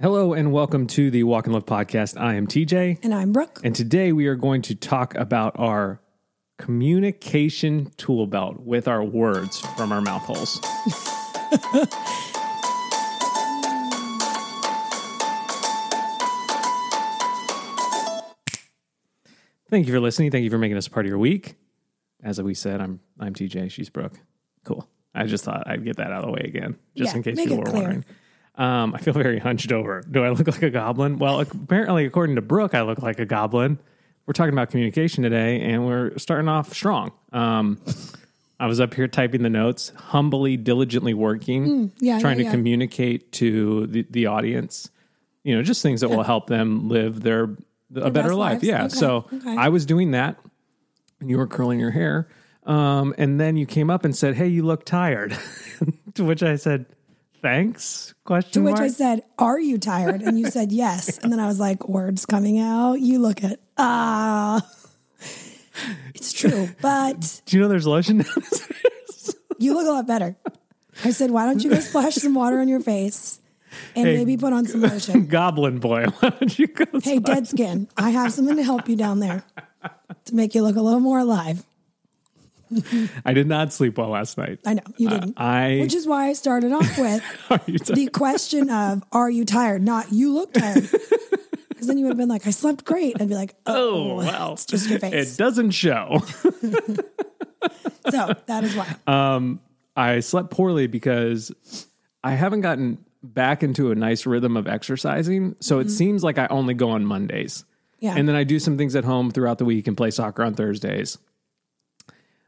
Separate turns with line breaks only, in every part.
Hello and welcome to the Walk and Love podcast. I am TJ,
And I'm Brooke.
and today we are going to talk about our communication tool belt with our words from our mouth holes. Thank you for listening. Thank you for making us a part of your week. As we said, I'm I'm TJ. She's Brooke. Cool. I just thought I'd get that out of the way again, just
Yeah,
in case
make
people
it
were
clear.
wondering. Um, I feel very hunched over. Do I look like a goblin? Well, apparently, according to Brooke, I look like a goblin. We're talking about communication today, and we're starting off strong. Um, I was up here typing the notes, humbly, diligently working,
Mm, yeah,
trying
yeah,
to
yeah.
communicate to the, the audience, you know, just things that will help them live their a better
best
life.
lives?
Yeah.
Okay,
So
okay.
I was doing that, and you were curling your hair, um, and then you came up and said, "Hey, you look tired," to which I said, "Thanks?" Question
To which
mark.
I said, Are you tired? And you said, Yes. And then I was like, Words coming out. You look at, ah. It's true, but
Do you know there's lotion?
you look a lot better. I said, Why don't you go splash some water on your face and maybe put on some lotion?
Goblin boy, why don't you go?
Hey, dead skin, I have something to help you down there to make you look a little more alive.
I did not sleep well last night.
I know you didn't,
Uh, I
which is why I started off with
are you tired?
the question of "Are you tired?" Not "You look tired," because then you would have been like, "I slept great." I'd be like, "Oh,
wow.
it's just your
It
face."
doesn't show.
so that is why.
Uh, I slept poorly because I haven't gotten back into a nice rhythm of exercising. So it seems like I only go on Mondays.
Mm-hmm. Yeah.
And then I do some things at home throughout the week and play soccer on Thursdays.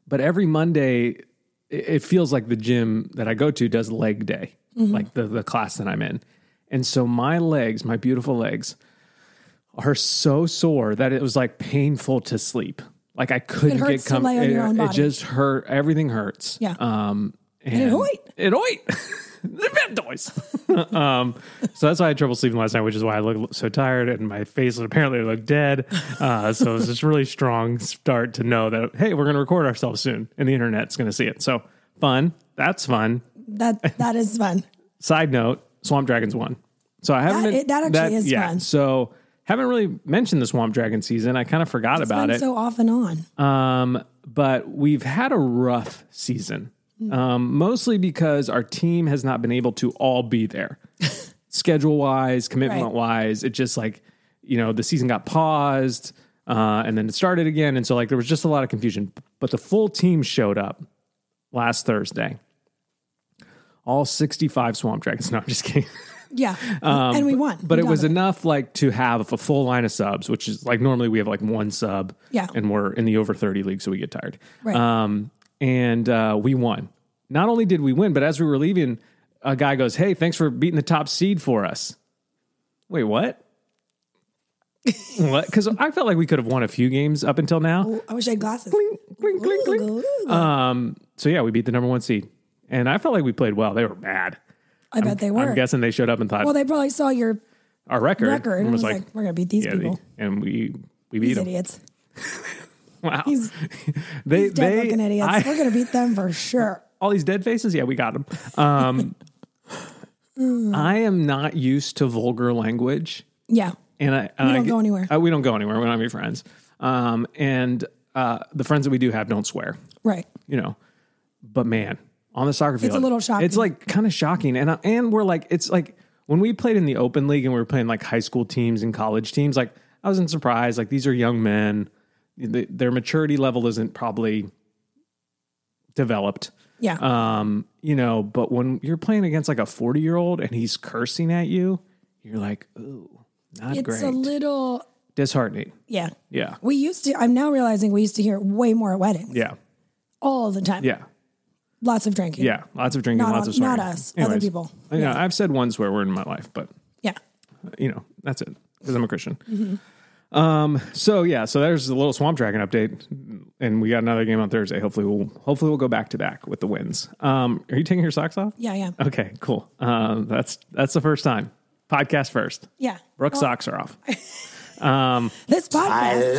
But every Monday, it- it feels like the gym that I go to does leg day,
Mm-hmm.
like the, the class that I'm in. And so my legs, my beautiful legs, are so sore that it was like painful to sleep. Like I couldn't
hurts
get
to
comfortable.
lay on your own
it,
body.
just hurt. Everything hurts.
Yeah.
Um, and,
it hoit.
It hoit. The bad noise. um, so that's why I had trouble sleeping last night, which is why I look so tired and my face apparently looked dead. Uh, so it's just a really strong start to know that hey, we're going to record ourselves soon, and the internet's going to see it. So fun. That's fun.
that that is fun.
Side note: Swamp Dragons won. So I haven't.
That-
been-
it- that actually is
yeah.
fun.
So haven't really mentioned the Swamp Dragon season. I kind of forgot about
Been
it.
so off and on.
Um, but we've had a rough season, um, mostly because our team has not been able to all be there, schedule wise, commitment wise. It just like you know the season got paused, uh, and then it started again, and so like there was just a lot of confusion. But the full team showed up last Thursday. All 65 swamp dragons. No, I'm just kidding.
yeah, and we won.
um, But
We
it was
dominated.
enough like to have a full line of subs, which is like normally we have like one sub,
Yeah.
and we're in the over thirty league, so we get tired.
Right.
Um, and uh, we won. Not only did we win, but as we were leaving, a guy goes, "Hey, thanks for beating the top seed for us." Wait, what? what? Because I felt like we could have won a few games up until now.
I wish I had glasses.
Clink, clink, clink.
Ooh,
Um, so yeah, we beat the number one seed, and I felt like we played well. They were bad.
I bet they were.
I'm guessing they showed up and thought
well, they probably saw your
our record,
record and was like, "We're gonna beat these
yeah,
people,
they, and we we beat
these
them.
idiots,
Wow,
He's-
they
dead
they
looking idiots.
I-
we're gonna beat them for sure."
all these dead faces. Yeah, we got them. Um, I am not used to vulgar language,
Yeah,
and I and
We
I
don't
get-
go anywhere.
I- we don't go anywhere. We're not your friends, um, and uh, the friends that we do have don't swear.
right.
You know, but man, on the soccer field,
a little shocking.
It's like kind of shocking, and I- and we're like, it's like when we played in the open league and we were playing like high school teams and college teams. Like I wasn't surprised. Like these are young men, Th- their maturity level isn't probably developed.
Yeah,
Um, you know, but when you're playing against like a 40 year old and he's cursing at you, you're like, ooh, not
it's
great.
a little.
Disheartening.
Yeah,
Yeah.
we used to. I'm now realizing we used to hear it way more at weddings
Yeah.
all the time.
Yeah.
lots of drinking.
Yeah. Lots of drinking,
Not
lots
on-
of swearing.
not us, other people.
You know, I've said one swear word in my life, but
yeah.
you know, that's it because I'm a Christian.
Mm-hmm.
Um, so yeah, so there's the little Swamp Dragon update, and we got another game on Thursday. Hopefully, we'll hopefully we'll go back to back with the wins. Um, are you taking your socks off?
Yeah, yeah.
Okay, cool. Um, that's that's the first time. Podcast first.
Yeah.
Brooke socks are off. A
This
I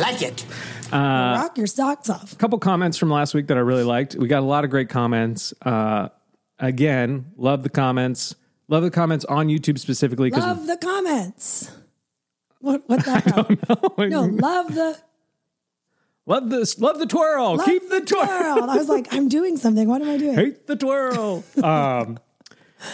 podcast,
like it.
Uh,
rock your socks off.
couple comments from last week that I really liked. We got a lot of great comments. Uh, again, love the comments. Love the comments on YouTube specifically because
Love the comments. What what that? from? No, love the
love this, love the twirl,
love
keep the twirl.
twirl. I was like, I'm doing something. What am I doing?
hate the twirl. um, uh,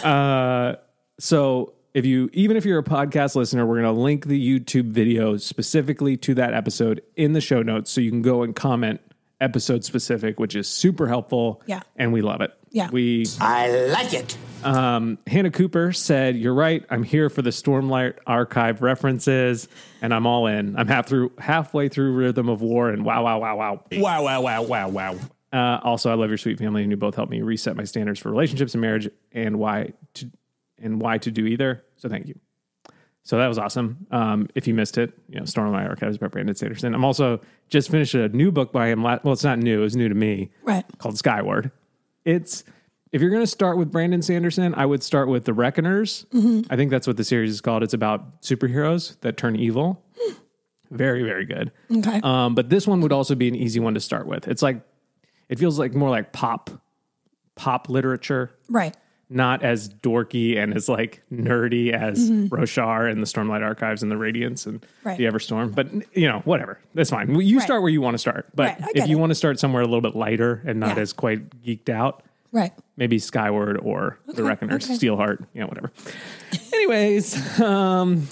so if you, even if you're a podcast listener, we're going to link the YouTube video specifically to that episode in the show notes, so you can go and comment episode specific, which is super helpful.
Yeah.
and we love it.
Yeah.
we um,
I like it.
Hannah Cooper said, "You're right. I'm here for the Stormlight Archive references, and I'm all in. I'm half through, halfway through Rhythm of War, and wow, wow, wow, wow."
Wow, wow, wow, wow, wow.
Uh, also, I love your sweet family, and you both helped me reset my standards for relationships and marriage, and why to and why to do either. So, thank you. So that was awesome. Um, if you missed it, you know, Storm in My Archives by Brandon Sanderson. I'm also just finished a new book by him. la- Well, it's not new; it was new to me.
Right.
Called Skyward. It's if you're going to start with Brandon Sanderson, I would start with The Reckoners. I think that's what the series is called. It's about superheroes that turn evil. very, very good.
Okay.
Um, but this one would also be an easy one to start with. It's like it feels like more like pop pop literature,
right.
not as dorky and as like nerdy as Roshar and the Stormlight Archives and the Radiance and
Mm-hmm. Right.
the Everstorm. But you know, whatever. That's fine. You
Right.
start where you want to start. But
Right, I
if
get
you
it.
want to start somewhere a little bit lighter and not
Yeah.
as quite geeked out,
Right.
maybe Skyward or The
Okay,
Reckoners,
okay.
Steelheart, you know, whatever. Anyways, um,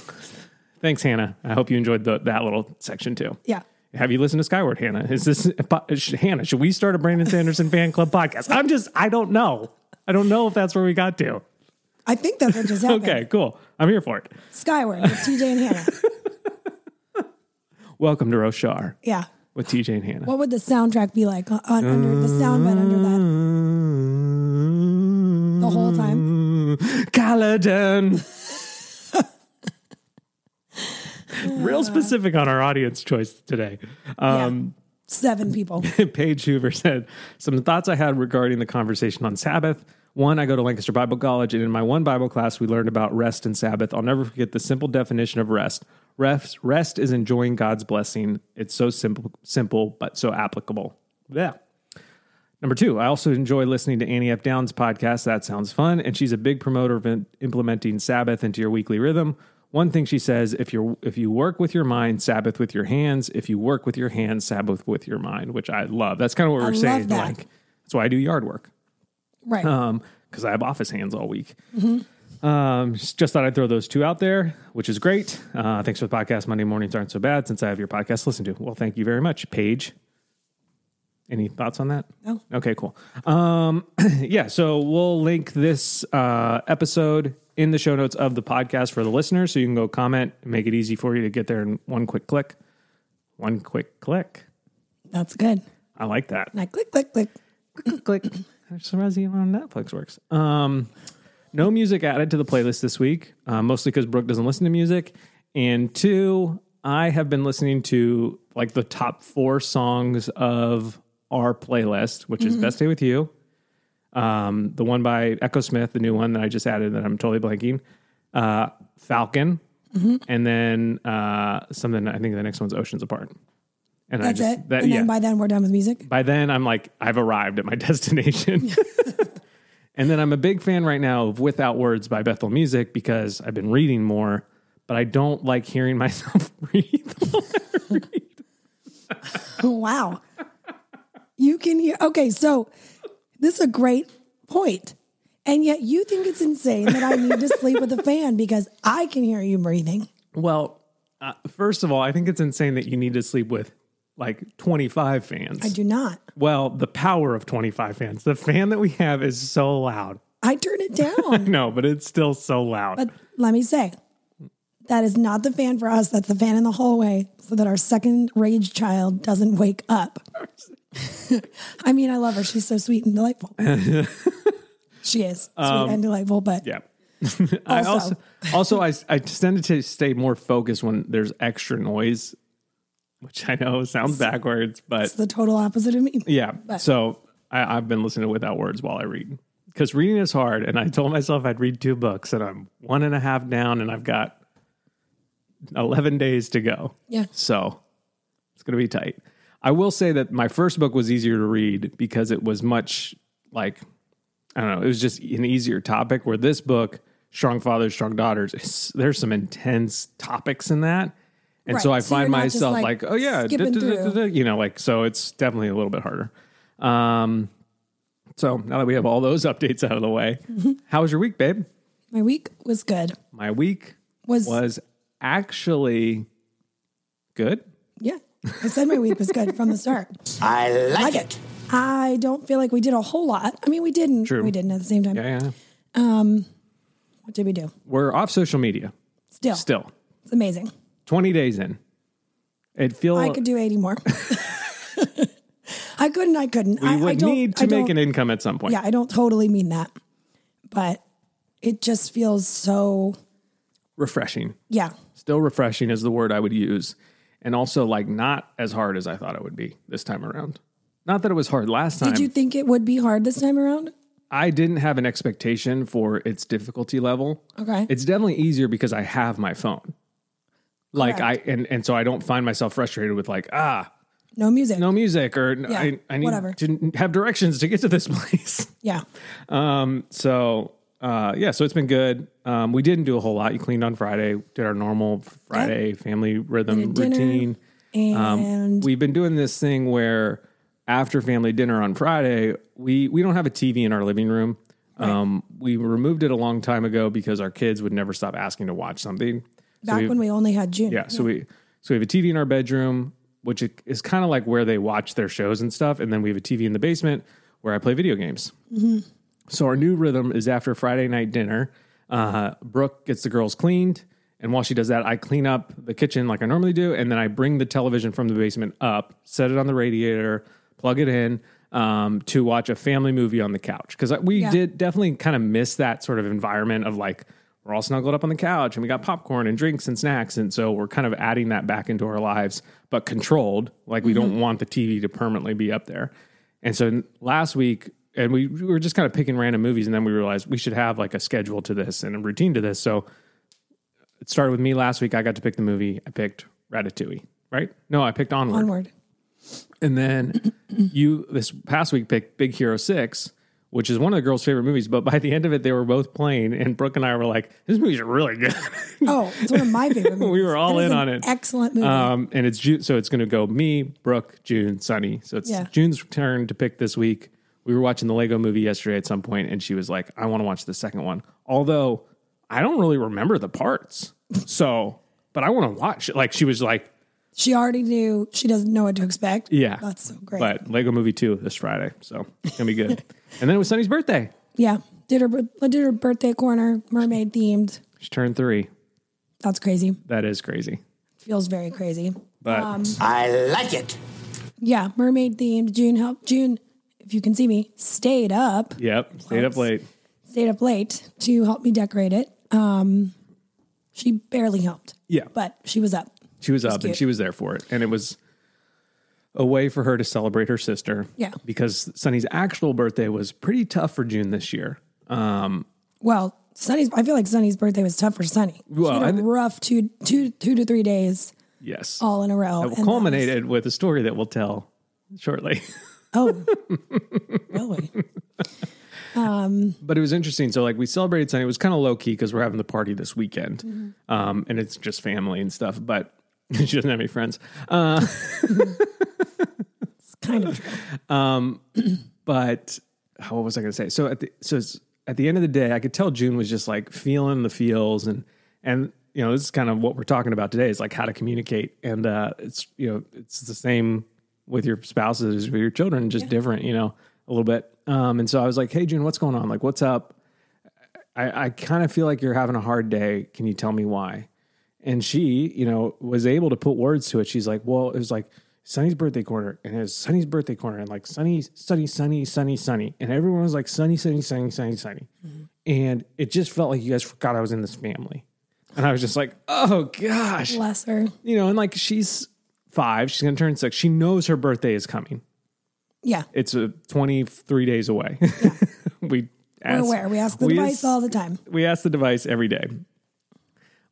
thanks, Hannah. I hope you enjoyed the, that little section too.
Yeah.
Have you listened to Skyward, Hannah? Is this sh- Hannah? Should we start a Brandon Sanderson fan club podcast? I'm just, I don't know. I don't know if that's where we got to.
I think that's what just happened.
Okay, cool. I'm here for it.
Skyward with TJ and Hannah.
Welcome to Roshar
Yeah.
with TJ and Hannah.
What would the soundtrack be like on, on- under the
Um,
sound bed under that the whole time?
Mm. Caledon. Real specific on our audience choice today. Um,
yeah. Seven people.
Paige Hoover said, Some thoughts I had regarding the conversation on Sabbath. One, I go to Lancaster Bible College, and in my one Bible class, we learned about rest and Sabbath. I'll never forget the simple definition of rest. Rest, rest is enjoying God's blessing. It's so simple, simple, but so applicable. Yeah. Number two, I also enjoy listening to Annie F. Downs' podcast. That sounds fun. And she's a big promoter of in- implementing Sabbath into your weekly rhythm. One thing she says if, you're, if you work with your mind, Sabbath with your hands. If you work with your hands, Sabbath with your mind, which I love. That's kind of what we're
love
saying.
that.
Like, that's why I do yard work
Right.
um because i have office hands all week um just just thought i'd throw those two out there which is great uh thanks for the podcast monday mornings aren't so bad since i have your podcast to listen to well thank you very much paige any thoughts on that
No.
okay cool um yeah so we'll link this uh episode in the show notes of the podcast for the listeners so you can go comment make it easy for you to get there in one quick click one quick click
That's good.
i like that
And I click, click, click.
click. I'm surprised even on Netflix works. Um, no music added to the playlist this week, uh, mostly because Brooke doesn't listen to music. And two, I have been listening to like the top four songs of our playlist, which
Mm-hmm.
is Best Day with You, um, the one by Echo Smith, the new one that I just added that I'm totally blanking, uh, Falcon,
Mm-hmm.
and then uh, something. I think the next one's Oceans Apart. And
That's
I just,
it. and then by then we're done with music.
by then I'm like I've arrived at my destination. and then I'm a big fan right now of Without Words by Bethel Music because I've been reading more, but I don't like hearing myself read.
Oh, wow. You can hear. Okay, so this is a great point. And yet you think it's insane that I need to sleep with a fan because I can hear you breathing.
well, uh, first of all, I think it's insane that you need to sleep with like 25 fans.
I do not.
Well, the power of 25 fans. The fan that we have is so loud.
I turn it down.
No, but it's still so loud.
but let me say, that is not the fan for us. That's the fan in the hallway so that our second rage child doesn't wake up. I mean, I love her. She's so sweet and delightful. she is sweet and delightful,
Um,
but
Yeah. I also
Also.
also I I tend to stay more focused when there's extra noise, which I know sounds backwards, but
it's the total opposite of me.
yeah. So I, I've been listening to Without Words while I read because reading is hard, and I told myself I'd read two books, and I'm one and a half down, and I've got eleven days to go.
Yeah.
So it's going to be tight. I will say that my first book was easier to read because it was much like, I don't know, it was just an easier topic. Where this book, strong fathers, strong daughters. It's, there's some intense topics in that. And so
Right.
I
So
find
you're not just,
myself like,
like,
oh yeah, duh,
skipping
duh, duh, duh,
through.
duh, you know, like so it's definitely a little bit harder. Um, so now that we have all those updates out of the way, how was your week, babe?
My week was good.
My week
Was-
was actually good.
Yeah. I said my week was good from the start.
I like,
like
it.
it. I don't feel like we did a whole lot. I mean, we didn't.
True.
We didn't at the same time.
Yeah, yeah.
What did we do?
We're off social media
Still,
still.
it's amazing.
20 days in. It feels
I could do eighty more. I couldn't. I couldn't.
we
I, I
would
don't,
need
I
to make
don't-
an income at some point.
Yeah, I don't totally mean that, but it just feels so.
Refreshing.
Yeah,
Still refreshing is the word I would use. And also like not as hard as I thought it would be this time around. Not that it was hard last time.
Did you think it would be hard this time around?
I didn't have an expectation for its difficulty level.
Okay.
It's definitely easier because I have my phone. Like I and, and so I don't find myself frustrated with like, ah,
no music.
no music or
Yeah,
I, I need
whatever.
to have directions to get to this place.
Yeah.
Um, so uh, yeah, so it's been good. Um, we didn't do a whole lot. You cleaned on Friday, did our normal Friday family rhythm
Did dinner,
routine.
And
Um, We've been doing this thing where after family dinner on Friday, we we don't have a TV in our living room. Um, we removed it a long time ago because our kids would never stop asking to watch something. So
back
we-
when we only had June.
yeah, so we so we have a TV in our bedroom, which is kind of like where they watch their shows and stuff, and then we have a TV in the basement where I play video games. So our new rhythm is after Friday night dinner. Uh, Brooke gets the girls cleaned, and while she does that, I clean up the kitchen like I normally do, and then I bring the television from the basement up, set it on the radiator, plug it in um, to watch a family movie on the couch because we
Yeah.
did definitely kind of miss that sort of environment of like we're all snuggled up on the couch and we got popcorn and drinks and snacks, and so we're kind of adding that back into our lives, but controlled. Like we don't want the TV to permanently be up there. And so n- last week, and we, we were just kind of picking random movies, and then we realized we should have like a schedule to this and a routine to this. So it started with me last week. I got to pick the movie. I picked Ratatouille, right? No, I picked Onward.
Onward.
And then you this past week picked Big Hero Six, which is one of the girls' favorite movies. But by the end of it, they were both playing, and Brooke and I were like, "This movie's really good."
Oh, it's one of my favorite. Movies.
we were all
That
in
is an
on it.
Excellent movie.
Um, and it's June, so it's going to go me, Brooke, June, Sunny. So it's
Yeah.
June's turn to pick this week. We were watching the Lego movie yesterday at some point, and she was like, "I want to watch the second one." Although I don't really remember the parts, so but I want to watch it. Like she was like,
she already knew. She doesn't know what to expect.
"Yeah,
That's so great.
But Lego movie two this Friday, so it's gonna be good. and then it was Sunny's birthday.
yeah. Did her bir- did her birthday corner mermaid themed.
She turned three.
That's crazy.
That is crazy.
Feels very crazy.
But
Um,
I like it.
Yeah, mermaid themed. June helped. June, if you can see me, stayed up.
yep, stayed up
Close.
late.
stayed up late to help me decorate it. Um, she barely helped.
Yeah.
But she was up.
She was up and
cute.
she was there for it. And it was a way for her to celebrate her sister.
Yeah.
Because Sunny's actual birthday was pretty tough for June this year.
Well, Sunny's, I feel like Sunny's birthday was tough for Sunny.
Well,
she had
I
a
th-
rough two, two, two to three days
Yes.
all in a row. Oh, and that was-
Culminated with a story that we'll tell shortly.
Oh, really?
but it was interesting. So like we celebrated Sunday. It was kind of low key because we're having the party this weekend,
Mm-hmm.
um, and it's just family and stuff. But she doesn't have any friends. Uh, it's
kind
of true. Um, but oh, what was I going to say? So at the so it's, at the end of the day, I could tell June was just like feeling the feels and and you know this is kind of what we're talking about today is like how to communicate and uh, it's you know it's the same with your spouses as with your children, just different, you know, a little bit. Um, and so I was like, hey June, what's going on? Like, what's up? I, I kind of feel like you're having a hard day. Can you tell me why? And she, you know, was able to put words to it. She's like, well, it was like Sunny's birthday corner and it was Sunny's birthday corner and like Sunny, Sunny, Sunny, Sunny, Sunny. And everyone was like, Sunny, Sunny, Sunny, Sunny, Sunny.
Mm-hmm.
And it just felt like you guys forgot I was in this family. And I was just like, oh gosh
Bless her.
you know, and like she's five, she's gonna turn six. She knows her birthday is coming.
Yeah.
It's uh, 23 days away. we
We're
ask,
aware. We ask the
we
device
ask-
all the time.
we ask the device every day.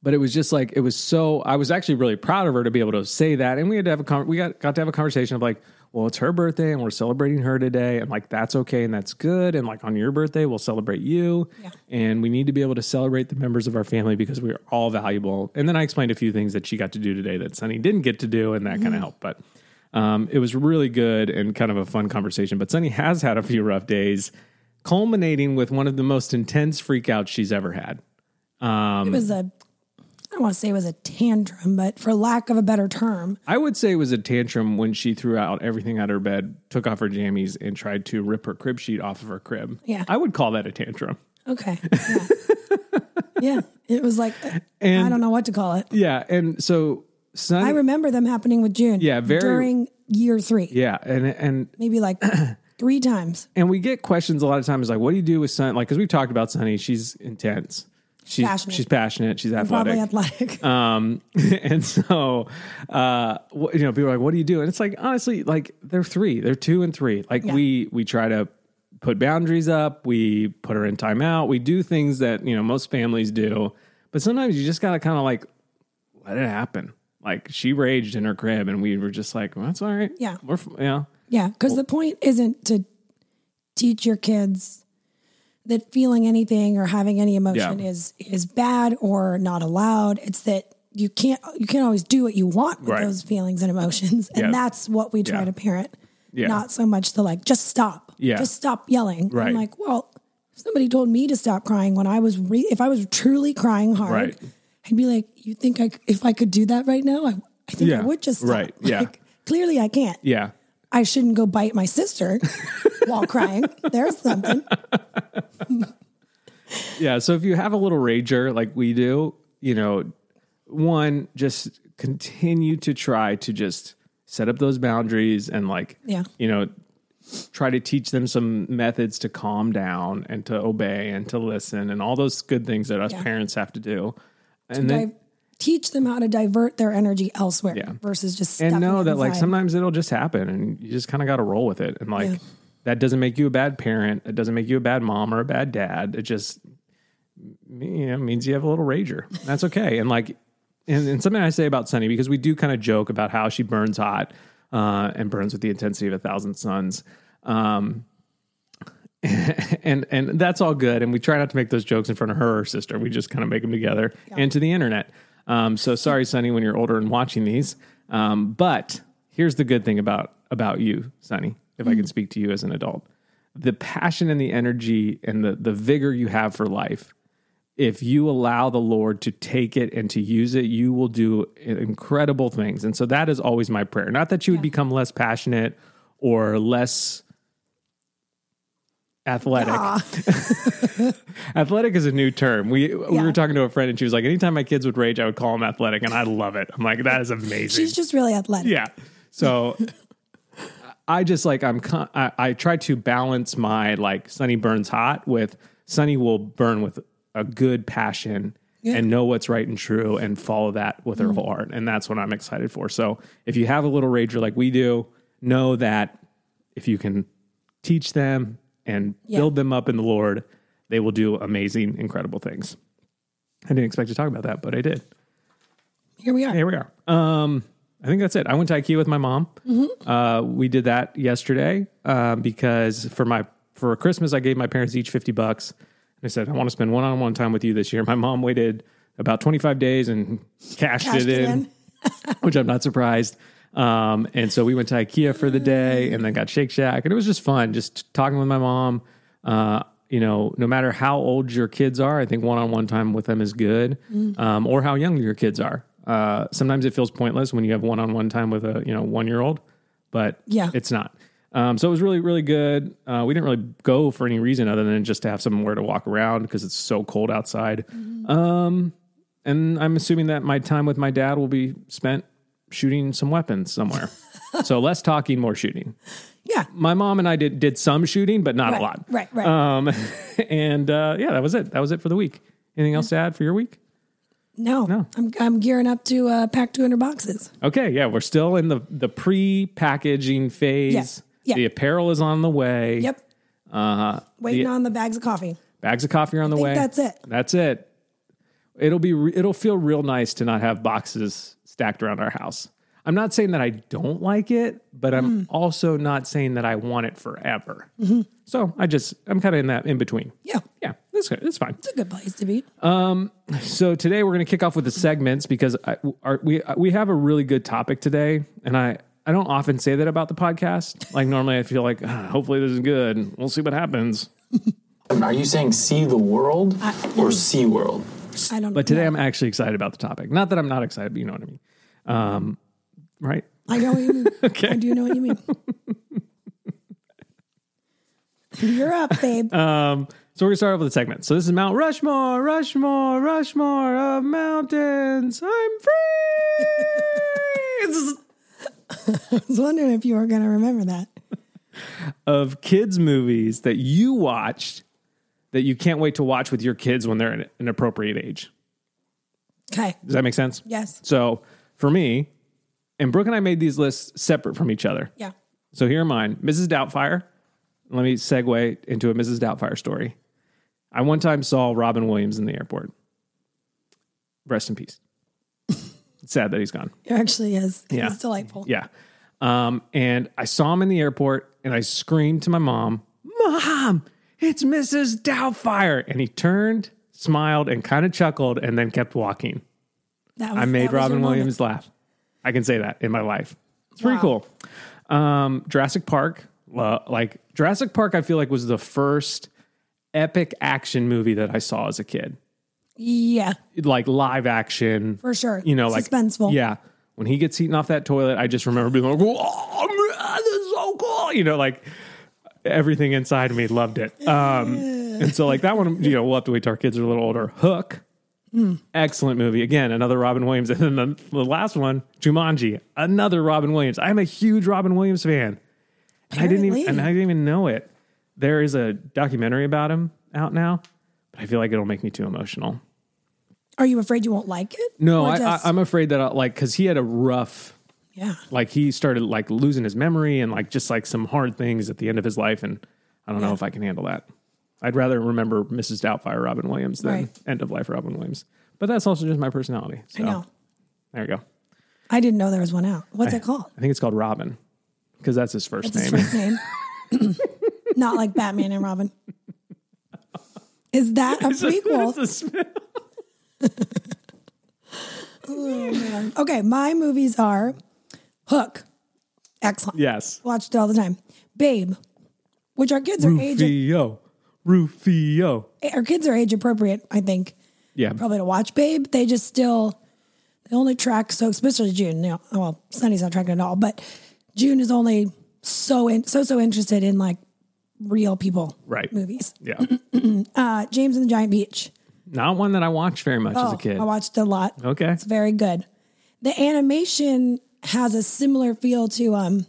But it was just like it was so. I was actually really proud of her to be able to say that, and we had to have a con- we got got to have a conversation of like, well, it's her birthday and we're celebrating her today. And like, that's okay and that's good. And like, on your birthday, we'll celebrate you.
Yeah.
And we need to be able to celebrate the members of our family because we're all valuable. And then I explained a few things that she got to do today that Sunny didn't get to do and that kind of helped. But um, it was really good and kind of a fun conversation. But Sunny has had a few rough days, culminating with one of the most intense freakouts she's ever had. um,
it was a, I don't want to say it was a tantrum, but for lack of a better term,
I would say it was a tantrum when she threw out everything out of her bed, took off her jammies, and tried to rip her crib sheet off of her crib.
Yeah.
I would call that a tantrum.
okay. Yeah. yeah. It was like, I don't know what to call it.
Yeah. And so, Sunny,
I remember them happening with June.
Yeah, very-
During year three,
yeah. And, and,
maybe like three times.
and we get questions a lot of times like, what do you do with Sunny? Like, cause we've talked about Sunny, she's intense. She's
Passionate.
She's passionate. She's athletic.
Probably athletic.
Um, and so, uh, wh- you know, people are like, "What do you do?" And it's like, honestly, like they're three, they're two and three. Like
Yeah.
we we try to put boundaries up, we put her in timeout, we do things that you know most families do, but sometimes you just gotta kind of like let it happen. Like she raged in her crib, and we were just like, well, "That's all right,
Yeah.
we're f- yeah."
Yeah, because the point isn't to teach your kids that feeling anything or having any emotion
Yeah.
is is bad or not allowed. It's that you can't you can't always do what you want with
Right.
those feelings and emotions, and
Yeah.
that's what we try
Yeah.
to parent.
Yeah.
Not so much the like, just stop.
Yeah.
Just stop yelling.
Right.
I'm like, well, if somebody told me to stop crying when I was re- if I was truly crying hard,
Right.
I'd be like, you think I c- if I could do that right now, I, I think
Yeah.
I would just stop.
Right. Yeah.
Like, clearly I can't.
Yeah,
I shouldn't go bite my sister while crying. There's something.
yeah. So if you have a little rager like we do, you know, one, just continue to try to just set up those boundaries and like,
Yeah.
you know, try to teach them some methods to calm down and to obey and to listen and all those good things that us
Yeah.
parents have to do. And
Di- teach them how to divert their energy elsewhere
Yeah.
versus just stuffing
and know
it
that like
inside.
sometimes it'll just happen and you just kind of got to roll with it and like
Yeah.
that doesn't make you a bad parent it doesn't make you a bad mom or a bad dad it just you know means you have a little rager that's okay and like and, and something i say about sunny because we do kind of joke about how she burns hot uh, and burns with the intensity of a thousand suns um, and and that's all good. And we try not to make those jokes in front of her or sister. We just kind of make them together and to the internet. Um, so sorry, Sonny, when you're older and watching these. Um, but here's the good thing about about you, Sonny. If I can speak to you as an adult, the passion and the energy and the the vigor you have for life. If you allow the Lord to take it and to use it, you will do incredible things. And so that is always my prayer. Not that you would become less passionate or less athletic. athletic is a new term. We we
Yeah.
were talking to a friend and she was like, anytime my kids would rage, I would call them athletic, and I love it. I'm like, that is amazing.
she's just really athletic.
yeah. So I just like I'm con- I, I try to balance my like Sunny burns hot with Sunny will burn with a good passion. And know what's right and true, and follow that with her whole heart, and that's what I'm excited for. So, if you have a little rager like we do, know that if you can teach them and
Yeah.
build them up in the Lord, they will do amazing, incredible things. I didn't expect to talk about that, but I did.
Here we are.
Here we are. Um, I think that's it. I went to IKEA with my mom. Uh, we did that yesterday uh, because for my for Christmas I gave my parents each fifty bucks. And I said I want to spend one on one time with you this year. My mom waited about twenty five days and cashed,
Cashed
it
it
in which I'm not surprised. Um, and so we went to IKEA for the day and then got Shake Shack. And it was just fun, just talking with my mom. Uh, you know, no matter how old your kids are, I think one on one time with them is good, um, or how young your kids are. Uh, sometimes it feels pointless when you have one on one time with a, you know, one year old, but
Yeah.
it's not. Um, so it was really, really good. Uh, we didn't really go for any reason other than just to have somewhere to walk around because it's so cold outside. And I'm assuming that my time with my dad will be spent shooting some weapons somewhere. so less talking, more shooting.
Yeah.
My mom and I did did some shooting, but not
Right,
a lot.
right, right.
Um, and uh, yeah, that was it. That was it for the week. Anything else to add for your week?
No, I'm, I'm gearing up to uh, pack 200 boxes.
Okay, yeah, we're still in the the pre packaging phase.
Yeah, yeah.
The apparel is on the way.
Yep.
Uh,
Waiting
the-
on the bags of coffee.
bags of coffee are on the
think
way.
that's it.
That's it. It'll be re- it'll feel real nice to not have boxes stacked around our house. I'm not saying that I don't like it, but I'm
Mm.
also not saying that I want it forever.
Mm-hmm.
So I just I'm kind of in that in between.
Yeah.
Yeah, that's good. That's fine.
It's a good place to be.
Uh, So today we're going to kick off with the segments because I, our, we uh, we have a really good topic today, and I I don't often say that about the podcast. Like normally, I feel like "Ah, hopefully this is good. We'll see what happens.
Are you saying see the world or sea world?
I don't know.
But today I'm actually excited about the topic. Not that I'm not excited, but you know what I mean, um, right?
I know what you mean. I do know what you mean. You're up, babe.
Uh, So we're gonna start off with a segment. So this is Mount Rushmore, Rushmore, Rushmore of mountains. I'm free
I was wondering if you were going to remember that.
of kids movies that you watched that you can't wait to watch with your kids when they're an, an appropriate age.
Okay.
Does that make sense?
Yes.
So for me, and Brooke and I made these lists separate from each other.
Yeah.
So here are mine Mrs. Doubtfire. Let me segue into a Mrs. Doubtfire story. I one time saw Robin Williams in the airport. Rest in peace. it's sad that he's gone.
It actually is.
Yeah.
It's delightful.
Yeah. Um, and I saw him in the airport and I screamed to my mom, Mom, it's Mrs. Doubtfire. And he turned, smiled, and kind of chuckled and then kept walking.
That was,
I made
that was your
Robin
moment.
Williams laugh. I can say that in my life. It's pretty
Wow.
cool. Um, Jurassic Park, lo- like Jurassic Park, I feel like was the first epic action movie that I saw as a kid,
Yeah,
like live action
for sure.
You know, like
suspenseful.
Yeah, when he gets eaten off that toilet, I just remember being like, "Oh, man, this is so cool!" You know, like everything inside me loved it. Um, and so, like that one, you know, we'll have to wait till our kids are a little older. Hook,
Hmm.
excellent movie. Again, another Robin Williams. And then the, the last one, Jumanji, another Robin Williams. I'm a huge Robin Williams fan. And I didn't even,
Apparently.
and I didn't even know it. There is a documentary about him out now, but I feel like it'll make me too emotional.
Are you afraid you won't like it?
No,
Or
I, I,
just-
I'm afraid that I, like because he had a rough
yeah.
like he started like losing his memory and like just like some hard things at the end of his life and i don't know
Yeah.
if i can handle that i'd rather remember mrs doubtfire robin williams than
Right.
end of life robin williams but that's also just my personality so
I know.
there you go
I didn't know there was one out. What's it called?
i think it's called robin because that's his first
What's his
name
first name? Not like Batman and Robin. Is that a prequel?
It's a-
Oh, man. Okay, my movies are Hook. Excellent.
yes
Watched it all the time. Babe, which our kids are age
rufio rufio
our kids are age appropriate, I think.
yeah
probably to watch Babe. They just still they only track so especially June. You know, well, Sunny's not tracking at all, but June is only so in, so so interested in like real people
Right.
movies.
yeah
Uh, James and the Giant Peach.
not one that i watched very much as a kid
Oh, I watched a lot.
okay
It's very good. The animation has a similar feel to um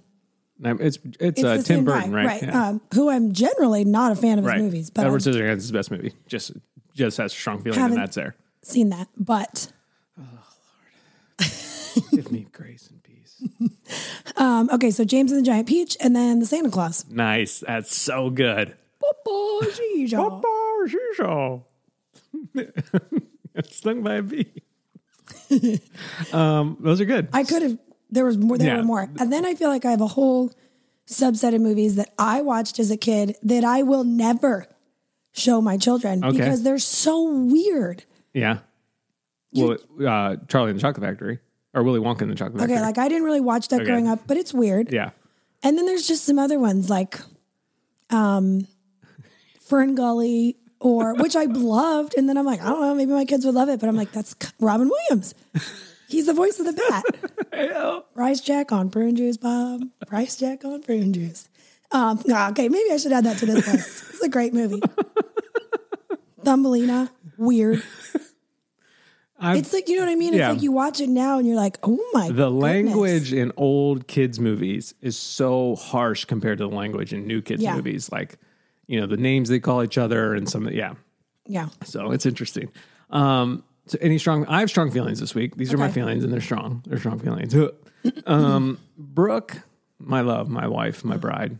it's it's,
it's
uh, tim
the same
burton
guy,
right Yeah.
Um, who I'm generally not a fan of his
right
movies, but
edward
I've
scissorhands is his best movie just just has strong feeling and
Haven't-
that's there
seen that. But
Give me grace and peace.
um, okay, so James and the Giant Peach, and then the Santa Claus.
Nice. That's so good. Um,
Bobo, she's all-
Stung by a bee. um, those are good.
I could have. There was more. There
Yeah.
were more. And then I feel like I have a whole subset of movies that I watched as a kid that I will never show my children
Okay.
because they're so weird.
yeah. Well, uh, Charlie and the Chocolate Factory or Willy Wonka and the Chocolate
Okay,
Factory.
like I didn't really watch that growing up, but it's weird.
yeah.
And then there's just some other ones like, um, Fern Gully or which I loved, and then I'm like, I don't know, maybe my kids would love it, but I'm like, that's Robin Williams. He's the voice of the bat. Rice Jack on prune juice, Bob. Rice Jack on prune juice. Um, ah, okay, maybe I should add that to this list. It's a great movie. Thumbelina, weird.
I've-
it's like you know what I mean. It's
Yeah.
like you watch it now and you're like, oh my.
The
goodness.
language in old kids' movies is so harsh compared to the language in new kids'
Yeah.
movies. Like, you know, the names they call each other and some, yeah.
Yeah.
So it's interesting. Um, so any strong? I have strong feelings this week. These are my
Okay.
feelings, and they're strong. They're strong feelings. um, Brooke, my love, my wife, my bride,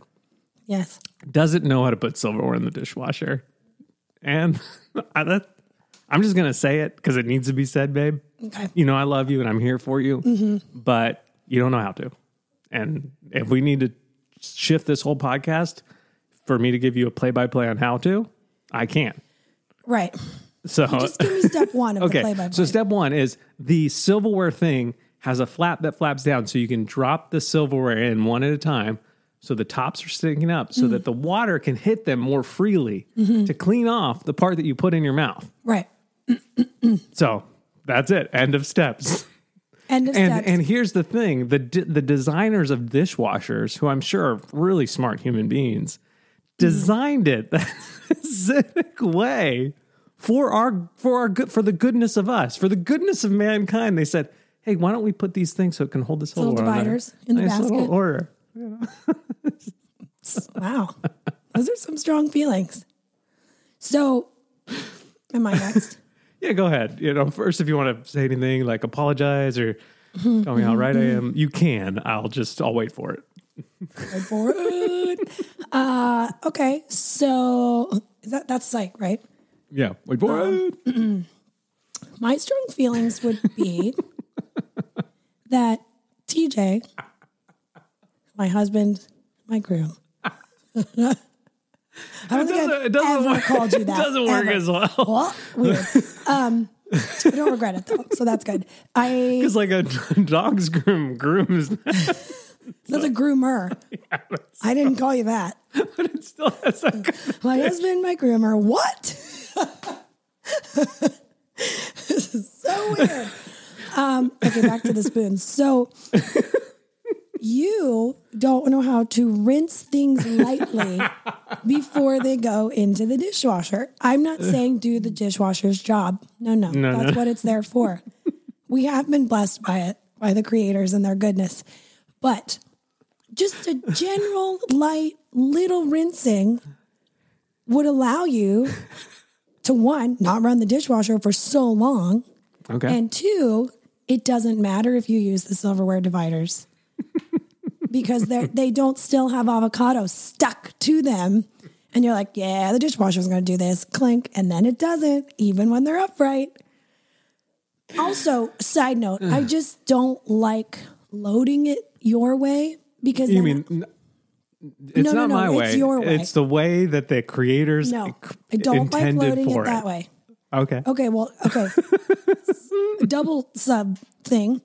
Yes.
doesn't know how to put silverware in the dishwasher, and I, that, I'm just gonna say it because it needs to be said, babe.
Okay. Mm-hmm.
You know I love you, and I'm here for you, but You don't know how to. And if we need to shift this whole podcast for me to give you a play by play on how to, I can't.
Right.
So
Just give me step one of the
Uh, Okay.
play by play.
So step one is the silverware thing has a flap that flaps down, so you can drop the silverware in one at a time. So the tops are sticking up, so that the water can hit them more freely
Mm-hmm.
to clean off the part that you put in your mouth.
right.
So that's it. End of steps.
End of
And
steps.
and here's the thing: the d- the designers of dishwashers, who I'm sure are really smart human beings,
Mm-hmm.
designed it that specific way for our for our good for the goodness of us, for the goodness of mankind. They said, "Hey, why don't we put these things so it can hold this
Little
order on there?"
dividers in the
nice Little
basket.
order.
wow. Those are some strong feelings. So, am I next?
Yeah, go ahead. You know, first if you want to say anything, like apologize or
Mm-hmm,
tell me how right I am, you can. I'll just I'll wait for it.
Right forward. uh, okay. So, is that, that's psych, right?
Yeah, wait for
Um,
it.
My strong feelings would be that TJ, my husband, my groom. I don't think
doesn't-
I've
it doesn't
ever
work-
called you
it
that.
doesn't work
ever.
as well.
Well, weird. Um, I don't regret it though, so that's good. I
It's like a dog's groom grooms
that's a groomer. I didn't call you that.
still has that
My husband, my groomer. What? this is so weird. Um, okay, back to the spoon. So you don't know how to rinse things lightly before they go into the dishwasher. I'm not saying do the dishwasher's job. No, no, that's what it's there for. we have been blessed by it, by the creators and their goodness. But just a general light little rinsing would allow you to one, not run the dishwasher for so long,
Okay.
and two, it doesn't matter if you use the silverware dividers because they they don't still have avocado stuck to them. And you're like, yeah, the dishwasher's going to do this, clink, and then it doesn't, even when they're upright. Also, side note, I just don't like loading it your way because
you
then-
mean n- it's
No, no,
not
no,
my
it's
way.
your way.
It's the way that the creators
no,
c-
I don't like
intended
loading
for
it that way. Oh.
Okay.
Okay, well, okay. Double sub thing.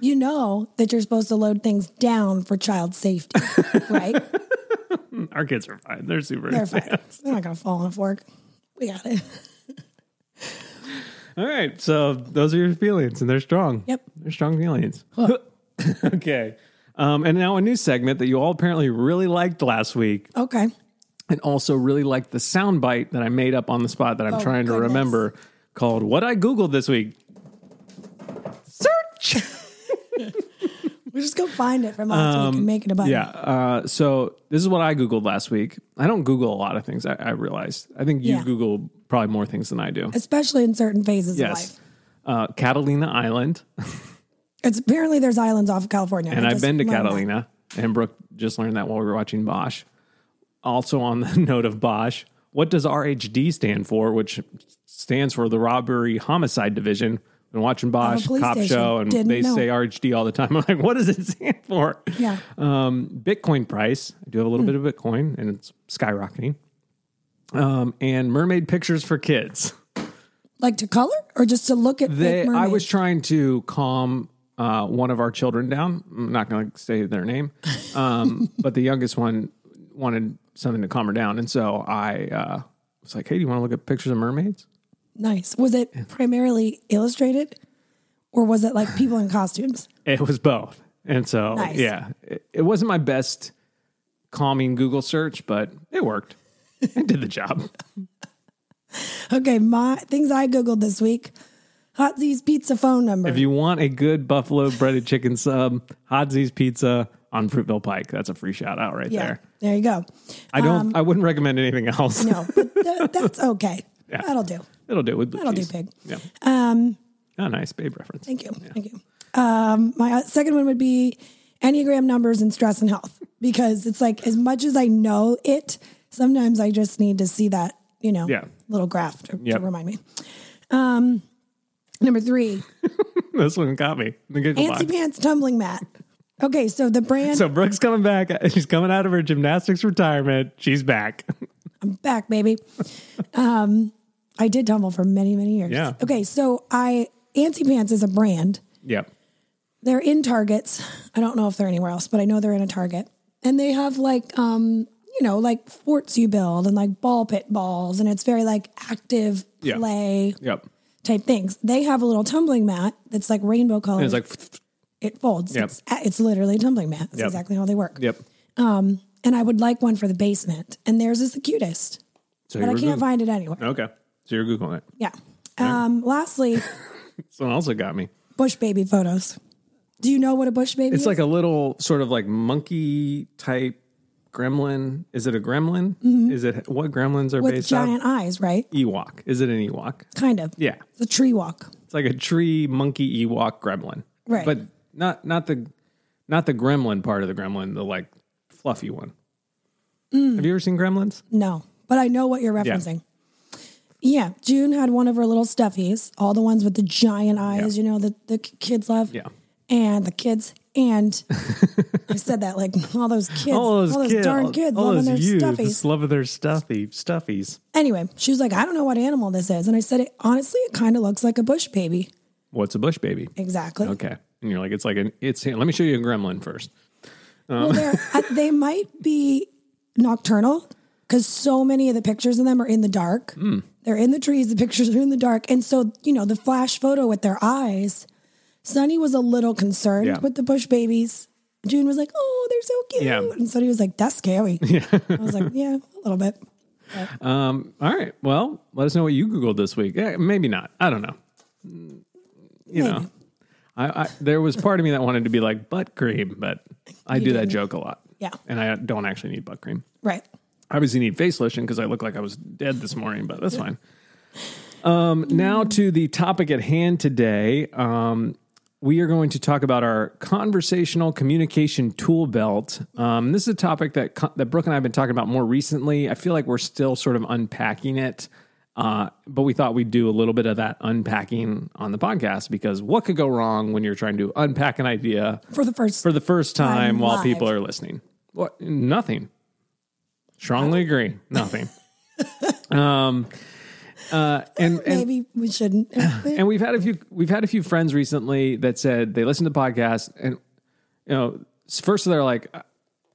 You know that you're supposed to load things down for child safety, right?
Our kids are fine. They're super.
They're fine. They're not going to fall on a fork. We got it.
All right. So those are your feelings, and they're strong.
Yep.
They're strong feelings. okay. Um, and now a new segment that you all apparently really liked last week,
Okay.
and also really liked the sound bite that I made up on the spot that I'm
Oh,
trying to
goodness.
remember, called "What I Googled This Week." Search.
We'll just go find it from last week and make it a button.
Um, Yeah. Uh, so this is what I Googled last week. I don't Google a lot of things, I, I realized. I think you
Yeah.
Google probably more things than I do.
Especially in certain phases of
Yes.
life.
Uh, Catalina Island.
It's apparently there's islands off of California.
And
I
I've
just
been to
learned that.
Catalina. And Brooke just learned that while we were watching Bosch. Also, on the note of Bosch, what does RHD stand for, which stands for the Robbery Homicide Division? Been watching Bosch,
police
cop
station.
show, and
Didn't
they
know.
say RHD all the time. I'm like, what does it stand for?
Yeah.
Um, Bitcoin price. I do have a little
Hmm.
bit of Bitcoin and it's skyrocketing. Um, and mermaid pictures for kids.
Like to color or just to look at
They,
fake mermaids?
I was trying to calm uh, one of our children down. I'm not going to say their name, um, but the youngest one wanted something to calm her down. And so I uh, was like, hey, do you want to look at pictures of mermaids?
nice. Was it primarily illustrated or was it like people in costumes?
It was both. And so,
Nice.
yeah, it, it wasn't my best calming Google search, but it worked. It did the job.
Okay, my things I googled this week: Hot Z's pizza phone number.
If you want a good buffalo breaded chicken sub, Hodzi's Pizza on Fruitville Pike. That's a free shout out right
yeah,
there.
there you go.
I don't. I wouldn't recommend anything else.
No, but th- that's okay.
Yeah.
That'll do.
It'll do with blue
That'll
cheese.
do, pig.
Yeah.
Um,
Oh, nice babe reference.
thank you, thank you. Um, my uh, second one would be enneagram numbers and stress and health because it's like as much as I know it, sometimes I just need to see that you know
Yeah.
little graph to, to
Yep.
remind me. Um, number three,
This one got me. The giggle
Antsy
box.
pants tumbling mat. Okay, so the brand
So Brooke's coming back. She's coming out of her gymnastics retirement. She's back.
back, baby. Um, I did tumble for many, many years.
Yeah.
Okay, so I Antsy Pants is a brand.
Yep.
They're in Targets. I don't know if they're anywhere else, but I know they're in a Target. And they have like um, you know, like forts you build and like ball pit balls, and it's very like active
Yeah.
play
Yep.
type things. They have a little tumbling mat that's like rainbow colors.
And it's like,
it folds.
Yep.
It's, it's literally a tumbling mat. That's
Yep.
exactly how they work.
yep.
And I would like one for the basement. And theirs is the cutest,
So
but I
you were
can't
Googling-
find it anywhere.
Okay. So you're Googling it.
Yeah. Um, lastly,
Someone also got me.
bush baby photos. Do you know what a bush baby
It's
is?
like a little sort of like monkey type gremlin. Is it a gremlin? Is it what gremlins are
Mm-hmm. with
based
giant eyes, right?
on? Ewok. Is it an Ewok?
Kind of.
Yeah.
It's a tree walk.
It's like a tree monkey Ewok gremlin.
Right.
But not not the not the gremlin part of the gremlin, the like fluffy one.
Mm.
Have you ever seen Gremlins?
No, but I know what you're referencing. Yeah. June had one of her little stuffies, all the ones with the giant eyes, you know, that the k- kids love.
Yeah.
And the kids. And I said that like all those kids, all those,
kid-
darn
all-
kids
all
loving
those
their stuffies.
youths loving their stuffy stuffies.
Anyway, she was like, I don't know what animal this is. And I said, it, honestly, it kind of looks like a bush baby.
What's a bush baby?
Exactly.
Okay, and you're like, it's like an it's. Let me show you a gremlin first.
Well,
Um,
they're, uh, they might be nocturnal because so many of the pictures of them are in the dark.
Hmm.
They're in the trees, the pictures are in the dark. And so, you know, the flash photo with their eyes, Sonny was a little concerned
Yeah.
with the bush babies. June was like, oh, they're so cute.
Yeah.
And Sonny was like, that's scary. I was like, yeah, a little bit.
All right. Well, let us know what you googled this week. Eh, maybe not. I don't know. You know,
Maybe.
I, I there was part of me that wanted to be like butt cream, but I do that joke a lot.
Yeah.
and I don't actually need butt cream.
Right.
obviously need face lotion because I look like I was dead this morning, but that's fine. Um, now to the topic at hand today. Um, we are going to talk about our conversational communication tool belt. Um, this is a topic that co- that Brooke and I have been talking about more recently. I feel like we're still sort of unpacking it, uh, but we thought we'd do a little bit of that unpacking on the podcast because what could go wrong when you're trying to unpack an idea
For the first,
for the first time
I'm
while
live.
people are listening. What? Nothing. Strongly agree. Nothing. um, uh, and and
maybe we shouldn't.
and we've had a few we've had a few friends recently that said they listen to podcasts and you know s- first they're like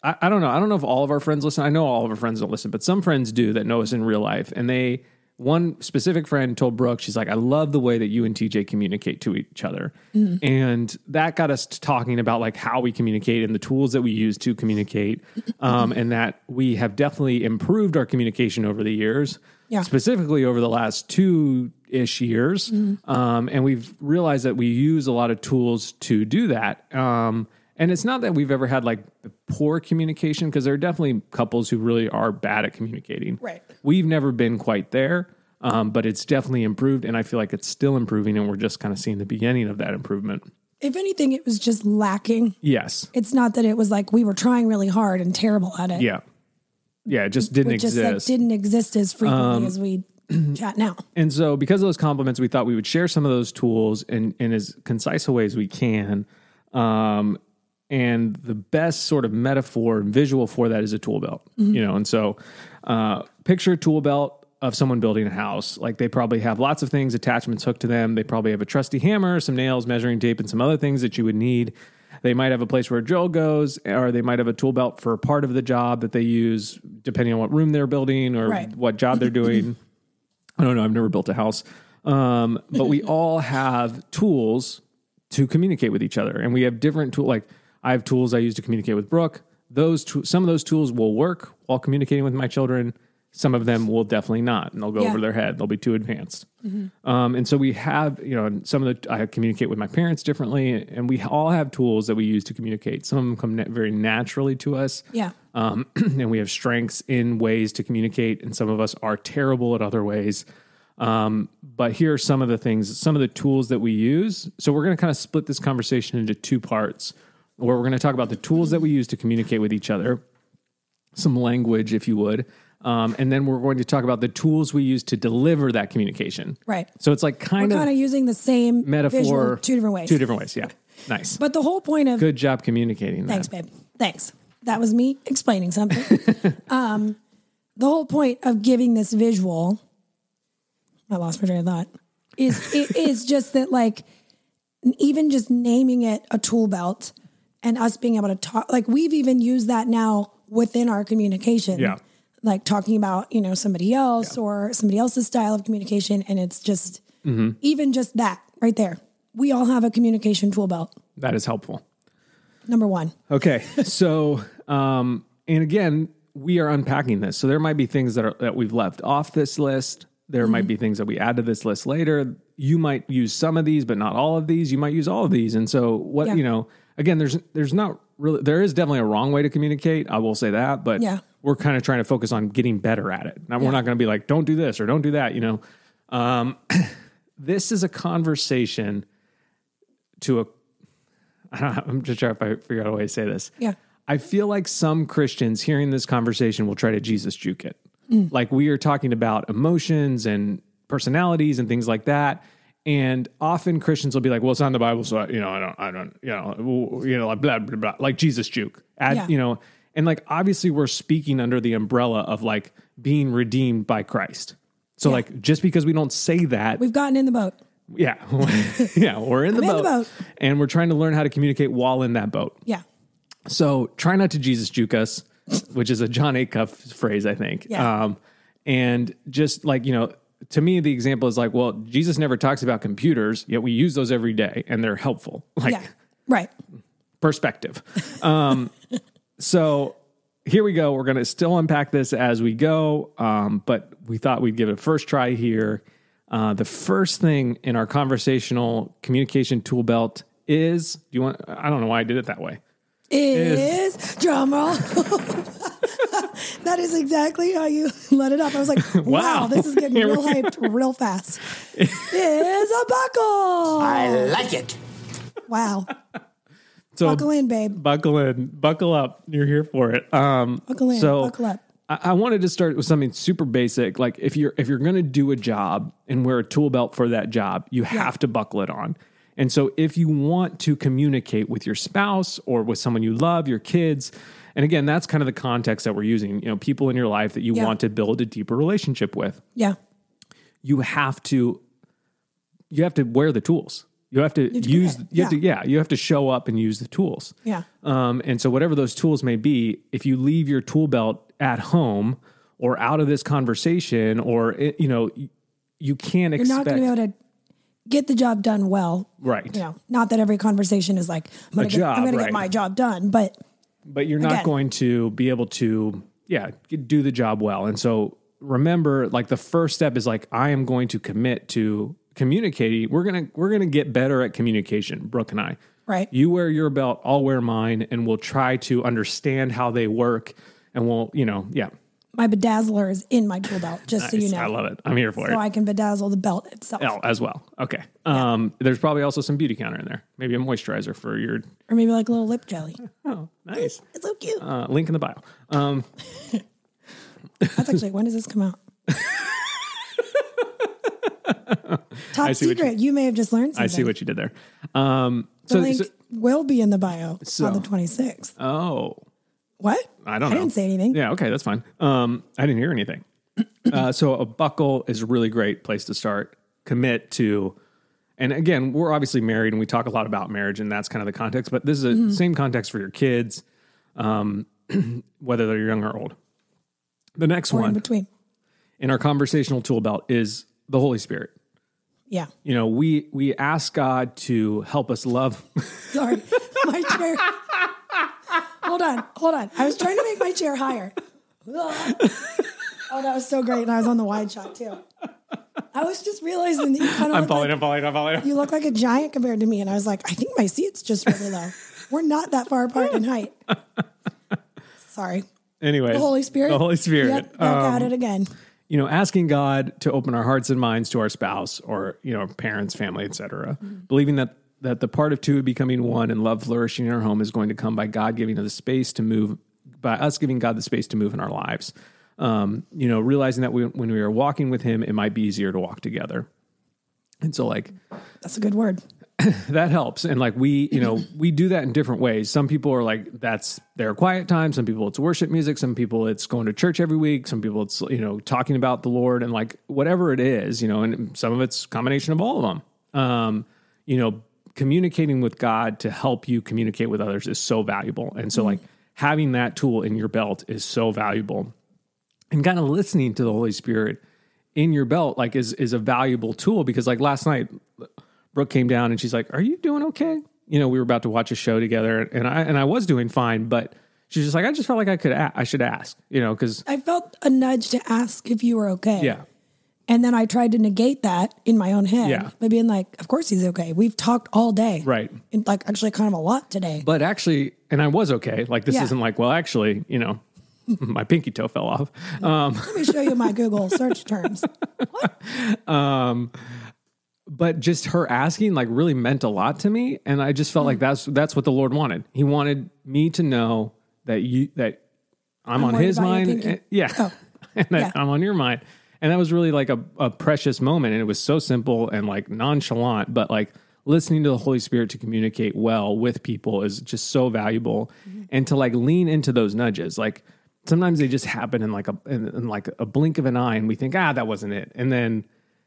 I, I don't know I don't know if all of our friends listen I know all of our friends don't listen but some friends do that know us in real life and they one specific friend told Brooke she's like I love the way that you and TJ communicate to each other and that got us to talking about like how we communicate and the tools that we use to communicate um, and that we have definitely improved our communication over the years
Yeah.
specifically over the last two ish years.
Mm-hmm.
Um, and we've realized that we use a lot of tools to do that. Um, and it's not that we've ever had like poor communication because there are definitely couples who really are bad at communicating.
Right.
We've never been quite there, um, but it's definitely improved. And I feel like it's still improving. And we're just kind of seeing the beginning of that improvement.
if anything, it was just lacking.
Yes.
It's not that it was like we were trying really hard and terrible at it.
Yeah. Yeah. It just didn't
it just like,
exist. Um,
didn't exist as frequently as we chat now.
And so, because of those compliments, we thought we would share some of those tools in, in as concise a way as we can. Um, and the best sort of metaphor and visual for that is a tool belt, you know. And so, uh, picture a tool belt of someone building a house. Like they probably have lots of things, attachments hooked to them. They probably have a trusty hammer, some nails, measuring tape, and some other things that you would need. They might have a place where a drill goes, or they might have a tool belt for a part of the job that they use, depending on what room they're building or
Right.
what job they're doing. I don't know. I've never built a house. Um, but we all have tools to communicate with each other, and we have different tools. Like I have tools I use to communicate with Brooke. Those too- some of those tools will work while communicating with my children. Some of them will definitely not, and they'll go
Yeah.
over their head. They'll be too advanced. Um, and so we have, you know, and some of the I communicate with my parents differently, and we all have tools that we use to communicate. Some of them come na- very naturally to us,
Yeah.
um, and we have strengths in ways to communicate, and some of us are terrible at other ways. Um, but here are some of the things, some of the tools that we use. So we're going to kind of split this conversation into two parts, where we're going to talk about the tools that we use to communicate with each other, some language, if you would, Um, and then we're going to talk about the tools we use to deliver that communication.
Right.
So it's like
We're
kind
kind
of
of using the same
metaphor,
visual two different ways.
Two different ways. Yeah. Nice.
But the whole point of
Good job communicating that.
Thanks, babe. Thanks. That was me explaining something. um, the whole point of giving this visual, I lost my train of thought, is it is just that like even just naming it a tool belt and us being able to talk like we've even used that now within our communication.
Yeah.
Like talking about, you know, somebody else or somebody else's style of communication. And it's just even just that right there. We all have a communication tool belt,
That is helpful.
number one.
Okay. So, um, and again, we are unpacking this. So there might be things that are that we've left off this list. There might
Mm-hmm.
be things that we add to this list later. You might use some of these, but not all of these. You might use all of these. And so what,
Yeah.
you know, again, there's there's not really there is definitely a wrong way to communicate. I will say that, but
Yeah.
we're kind of trying to focus on getting better at it. Now we're not going to be like don't do this or don't do that, you know. Um this is a conversation to a I don't, I'm just trying to figure out a way to say this.
Yeah.
I feel like some Christians hearing this conversation will try to Jesus juke it.
Mm.
Like we are talking about emotions and personalities and things like that. And often Christians will be like, well, it's not in the Bible. So, I, you know, I don't, I don't, you know, w- you know, like blah, blah, blah, like Jesus juke. Add,
Yeah.
You know, and like obviously we're speaking under the umbrella of like being redeemed by Christ. So, like, just because we don't say that,
We've gotten in the boat.
yeah. yeah. We're in the,
I'm
boat,
in the boat.
And we're trying to learn how to communicate while in that boat.
Yeah.
So try not to Jesus juke us, which is a John Acuff phrase, I think.
Yeah.
Um, and just like, you know, to me, the example is like, well, Jesus never talks about computers, yet we use those every day and they're helpful. Like,
Yeah. Right.
perspective. Um, so here we go. We're going to still unpack this as we go, um, but we thought we'd give it a first try here. Uh, the first thing in our conversational communication tool belt is do you want? I don't know why I did it that way.
Is, drum roll. that is exactly how you let it up. I was like, wow,
Wow.
this is getting
Here we
real hyped real fast. is a buckle.
I like it.
Wow.
So
Buckle in, babe.
buckle in, buckle up. You're here for it. Um,
Buckle in.
so
buckle up.
I, I wanted to start with something super basic. Like if you're if you're going to do a job and wear a tool belt for that job, you have to buckle it on. And so if you want to communicate with your spouse or with someone you love, your kids, and again, that's kind of the context that we're using. You know, people in your life that you
Yeah.
want to build a deeper relationship with
Yeah.
you have to you have to wear the tools. You have to
to
use
commit.
you have to yeah, you have to show up and use the tools.
Yeah.
Um and so whatever those tools may be, if you leave your tool belt at home or out of this conversation or it, you know you, you can't
You're not
expect
going to be able to get the job done well.
right.
You know, not that every conversation is like, I'm going to get,
job,
I'm gonna
right.
get my job done, but
but you're not
Again.
going to be able to yeah do the job well and so remember like the first step is like i am going to commit to communicating we're gonna we're gonna get better at communication brooke and i
Right.
you wear your belt i'll wear mine and we'll try to understand how they work and we'll you know yeah
my bedazzler is in my tool belt, just so you know.
i love it i'm here for
So
it
I can bedazzle the belt itself.
Oh, as well. Okay. Um, There's probably also some beauty counter in there. Maybe a moisturizer for your.
Or maybe like a little lip jelly.
Oh, nice.
It's so cute.
Uh, link in the bio. Um,
That's actually when does this come out? Top
see what
secret. You, may have just learned something.
I see what you did there. Um,
the
so,
link
so-
will be in the bio
So-
on the 26th.
oh,
What?
I don't
I
know.
didn't say anything.
Yeah, okay, that's fine. Um, I didn't hear anything. uh, so a buckle is a really great place to start. Commit to, and again, we're obviously married, and we talk a lot about marriage, and that's kind of the context. But this is the
Mm-hmm.
same context for your kids, um, whether they're young or old. The next
Or in
one
between.
in our conversational tool belt is the Holy Spirit.
Yeah.
You know, we we ask God to help us love.
Sorry. my chair. Hold on. Hold on. I was trying to make my chair higher. Ugh. Oh, that was so great. And I was on the wide shot too. I was just realizing that you kind of
I'm
look
falling,
like-
I'm falling, I'm falling.
You look like a giant compared to me. And I was like, I think my seat's just really low. We're not that far apart in height. Sorry.
Anyway,
The Holy Spirit.
the Holy Spirit. Um,
Yep, back at it again.
you know asking god to open our hearts and minds to our spouse or you know parents family etc believing that that the part of two becoming one and love flourishing in our home is going to come by god giving us the space to move by us giving god the space to move in our lives um, you know, realizing that we, when we were walking with him, it might be easier to walk together. And so, like,
That's a good word.
that helps. And like, we, you know, we do that in different ways. Some people are like, that's their quiet time. Some people, it's worship music. Some people, it's going to church every week. Some people, it's, you know, talking about the Lord and like whatever it is, you know, and some of it's combination of all of them. Um, you know, communicating with God to help you communicate with others is so valuable. And so, like, having that tool in your belt is so valuable and kind of listening to the Holy Spirit in your belt like is is a valuable tool because like last night Brooke came down and she's like, "Are you doing okay?" You know, we were about to watch a show together and I and I was doing fine, but she's just like, "I just felt like I could a- I should ask," you know, cuz
I felt a nudge to ask if you were okay.
yeah.
And then I tried to negate that in my own head
Yeah.
by being like, of course he's okay. We've talked all day.
Right.
And like actually kind of a lot today.
But actually, and I was okay. Like this
Yeah.
isn't like, well, actually, you know, my pinky toe fell off. Uh,
Let me show you my Google search terms.
but just her asking like really meant a lot to me and i just felt like that's that's what the lord wanted he wanted me to know that you that i'm, on
worried
his
about your
mind
thinking.
and- yeah
Oh.
and that
Yeah.
i'm on your mind and that was really like a, a precious moment and it was so simple and like nonchalant but like listening to the holy spirit to communicate well with people is just so valuable and to like lean into those nudges like sometimes they just happen in like a in, in like a blink of an eye and we think ah that wasn't it and then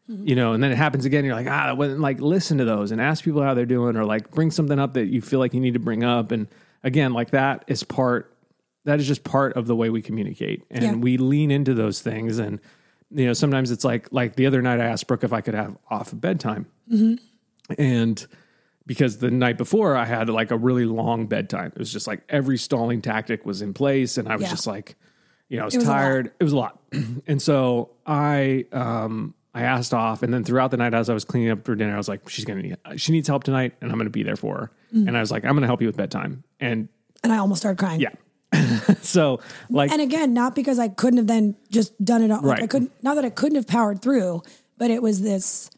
you know, and then it happens again. You're like, ah, that wasn't like listen to those and ask people how they're doing, or like bring something up that you feel like you need to bring up. And again, like that is part that is just part of the way we communicate, and
Yeah.
we lean into those things. And you know, sometimes it's like like the other night I asked Brooke if I could have off at bedtime,
Mm-hmm.
and because the night before I had like a really long bedtime, it was just like every stalling tactic was in place, and I was
Yeah.
just like, you know, I was,
was a lot.
tired. It was a lot, and so I um I asked off, and then throughout the night as I was cleaning up for dinner, I was like, she's gonna need she needs help tonight, and I'm gonna be there for her.
Mm.
And I was like, I'm gonna help you with bedtime, and
And I almost started crying.
yeah, so like
And again, not because I couldn't have then just done it all. Like I
Right.
couldn't, not that I couldn't have powered through, but it was this,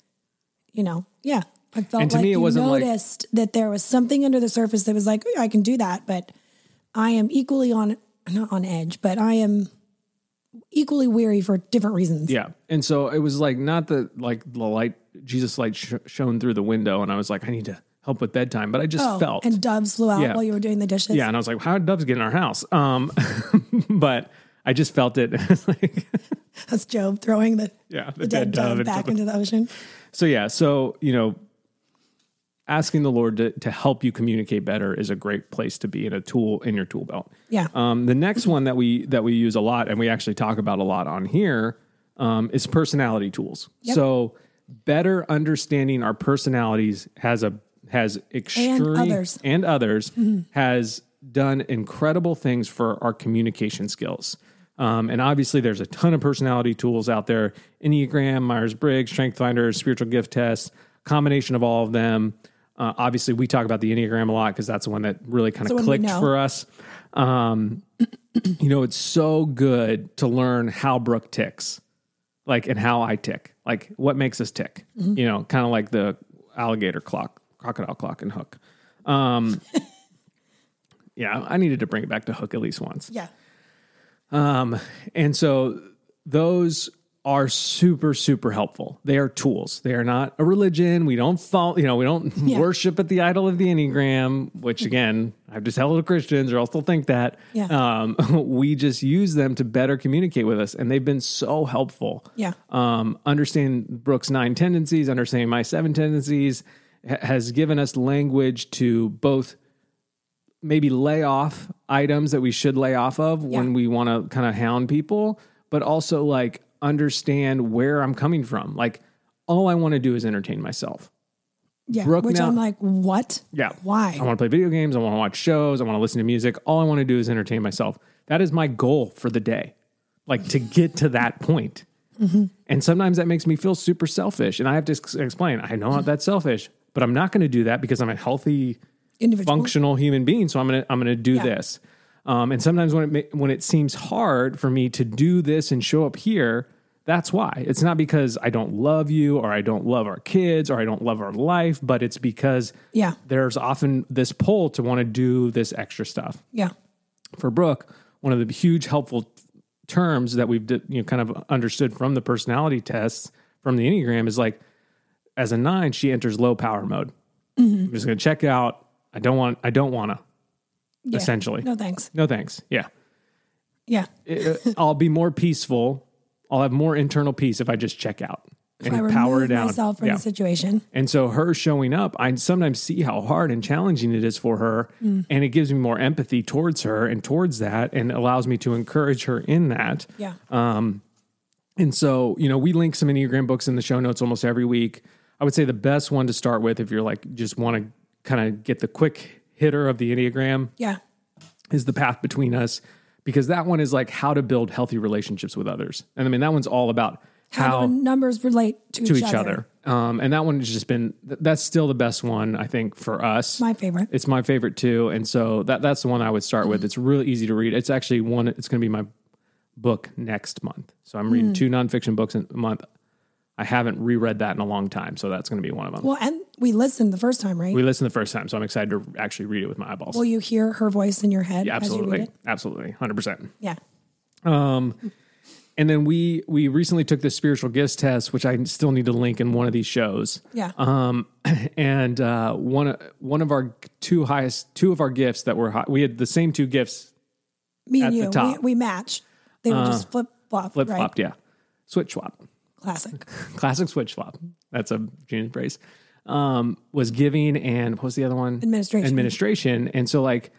you know, yeah. I felt
And to
like
me, it
you
wasn't like-
noticed that there was something under the surface that was like, "Oh, I can do that, but I am equally on, not on edge, but I am equally weary for different reasons.
Yeah. And so it was like not that like the light Jesus light sh- shone through the window and I was like I need to help with bedtime, but I just
Oh,
felt
And doves flew out
Yeah.
while you were doing the dishes.
yeah, and I was like how did doves get in our house? Um but I just felt it like
That's Job throwing the,
yeah, the,
the dead, dove,
and
back
stuff.
into the ocean.
So yeah, so you know asking the Lord to to help you communicate better is a great place to be in a tool in your tool belt.
Yeah.
Um, the next one that we that we use a lot and we actually talk about a lot on here um, is personality tools. So better understanding our personalities has a has extreme
others.
and others has done incredible things for our communication skills. Um, and obviously, there's a ton of personality tools out there: Enneagram, Myers Briggs, Strength Finder, Spiritual Gift Test, combination of all of them. Uh, obviously, we talk about the Enneagram a lot because that's the one that really kind
the
of
one we
clicked
know.
for us. Um, you know, it's so good to learn how Brooke ticks, like, and how I tick, like, what makes us tick. You know, kind of like the alligator clock, crocodile clock, and hook. Um, yeah, I needed to bring it back to hook at least once.
yeah.
And so those are super, super helpful. They are tools. They are not a religion. We don't follow, you know, we don't worship at the idol of the Enneagram, which again, I've just held to Christians or else they'll think that.
Yeah.
Um, we just use them to better communicate with us. And they've been so helpful.
Yeah.
Um, understanding Brooks' nine tendencies, understanding my seven tendencies ha- has given us language to both maybe lay off items that we should lay off of
Yeah.
when we want to kind of hound people, but also like understand where I'm coming from. Like, all I want to do is entertain myself.
Yeah.
Brooke
Which
now-
I'm like, what?
Yeah.
Why?
I want to play video games. I want to watch shows. I want to listen to music. All I want to do is entertain myself. That is my goal for the day, like to get to that point.
Mm-hmm.
And sometimes that makes me feel super selfish. And I have to ex- explain, I know that's selfish, but I'm not going to do that because I'm a healthy,
Individual.
functional human being. So I'm gonna I'm gonna do
Yeah.
this. Um, and sometimes when it ma- when it seems hard for me to do this and show up here, that's why. It's not because I don't love you or I don't love our kids or I don't love our life, but it's because
Yeah.
there's often this pull to want to do this extra stuff
Yeah.
for Brooke, one of the huge helpful terms that we've di- you know kind of understood from the personality tests from the enneagram is like as a nine she enters low power mode.
Mm-hmm.
I'm just going to check out. I don't want. I don't want to.
Yeah.
Essentially.
No thanks.
No thanks. Yeah,
Yeah.
It- uh, I'll be more peaceful. I'll have more internal peace if I just check out and
I
power
remove
down.
myself from
yeah.
the situation.
And so her showing up, I sometimes see how hard and challenging it is for her.
Mm.
And it gives me more empathy towards her and towards that and allows me to encourage her in that.
Yeah.
And so, you know, we link some Enneagram books in the show notes almost every week. I would say the best one to start with if you're like just want to kind of get the quick hitter of the Enneagram
yeah.
is the path between us because that one is like how to build healthy relationships with others. And I mean that one's all about
How, do numbers relate to,
to each other. Um, and that one has just been th- that's still the best one I think for us.
My favorite.
It's my favorite too, and so that that's the one I would start with. It's really easy to read. It's actually one. It's going to be my book next month. So I'm
Hmm.
reading two nonfiction books in a month. I haven't reread that in a long time, so that's going to be one of them.
Well, and we listened the first time, right?
we listened the first time, so I'm excited to actually read it with my eyeballs.
Will you hear her voice in your head?
Yeah,
As you
absolutely,
read it?
absolutely, hundred percent.
Yeah.
And then we we recently took the spiritual gifts test, which I still need to link in one of these shows.
Yeah.
Um, and uh, one one of our two highest two of our gifts that were high, we had the same two gifts
Me
at
and
the
you, we,
top. Uh-huh.
we match. They were just flip flop.
flip
right?
flopped. Yeah, switch swap,
Classic.
classic switch flop. That's a June phrase. Um, was giving and what was the other one?
Administration.
Administration. And so like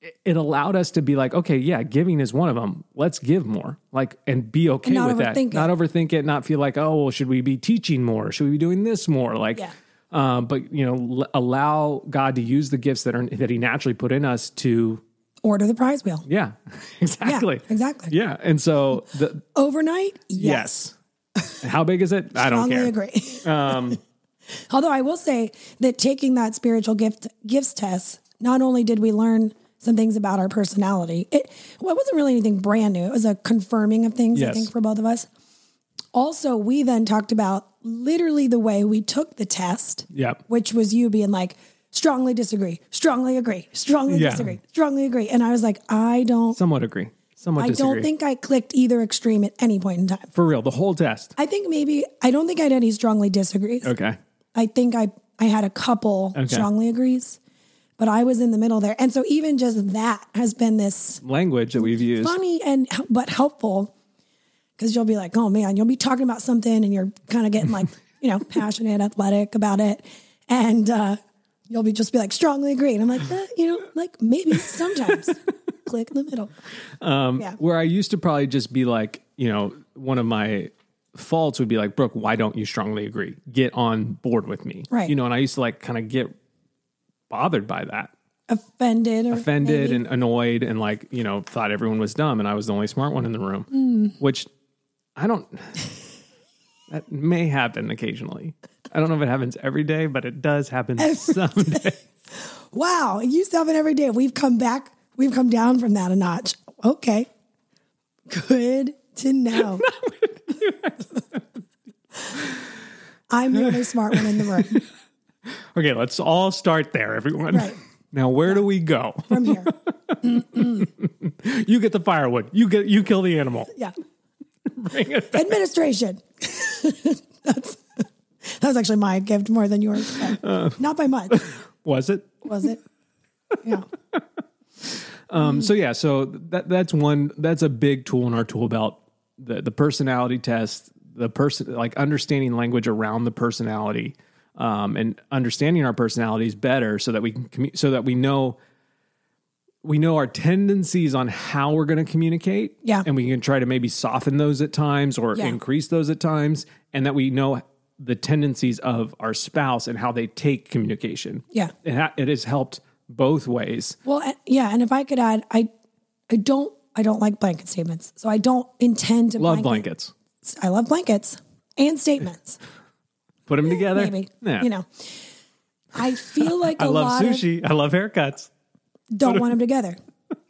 it- it allowed us to be like, okay, yeah, giving is one of them. Let's give more, like, and be okay
not
with that.
overthink it.
Not overthink it. Not feel like, oh, well, should we be teaching more? Should we be doing this more? Like,
Yeah.
um, but you know, l- allow God to use the gifts that are that He naturally put in us to,
Order the prize wheel.
yeah, exactly,
exactly.
yeah. And so the,
Overnight?
Yes. How big is it? I don't
strongly
care. Um,
agree. Although I will say that taking that spiritual gift gifts test, not only did we learn some things about our personality, it well, it wasn't really anything brand new. It was a confirming of things I
Yes.
think for both of us. Also, we then talked about literally the way we took the test,
Yep.
which was you being like strongly disagree, strongly agree, strongly
Yeah.
disagree, strongly agree, and I was like, I don't,
Somewhat agree. Somewhat
I
disagree.
don't think I clicked either extreme at any point in time.
For real, the whole test.
I think maybe I don't think I had any strongly disagrees.
Okay.
I think I I had a couple
Okay.
strongly agrees, but I was in the middle there. And so even just that has been this
Language that we've used.
funny and but helpful because you'll be like, oh man, you'll be talking about something and you're kind of getting like you know passionate, athletic about it, and uh, you'll be just be like strongly agree. And I'm like, eh, you know, like maybe sometimes click in the middle. Um, yeah,
Where I used to probably just be like, you know, one of my faults would be like, Brooke, why don't you strongly agree? Get on board with me.
Right.
You know, and I used to like kind of get bothered by that.
offended, or
offended
maybe-
and annoyed and like you know thought everyone was dumb and i was the only smart one in the room
Mm.
which i don't that may happen occasionally i don't know if it happens every day but it does happen some days.
wow, it used to happen every day. We've come back, we've come down from that a notch. Okay. Good to know. I'm the only smart one in the room
okay let's all start there everyone
Right.
now where do we go
from here.
you get the firewood you get you kill the animal
Yeah.
bring it back.
Administration. That's that was actually my gift more than yours. but
Oh.
Not by much,
was it
was it? Yeah.
Um, so yeah, so that that's one that's a big tool in our tool belt. The the personality test, the person like understanding language around the personality, um, and understanding our personalities better so that we can commu- so that we know we know our tendencies on how we're going to communicate.
Yeah.
And we can try to maybe soften those at times or
Yeah.
increase those at times. And that we know the tendencies of our spouse and how they take communication.
Yeah.
It, ha- it has helped both ways.
Well, a- yeah, and if I could add, I, I don't, I don't like blanket statements, so I don't intend to
Love
blanket
blankets.
I love blankets and statements.
Put them together.
Maybe
Yeah.
you know. I feel like a
I love
lot
sushi. I love haircuts.
of don't want them together.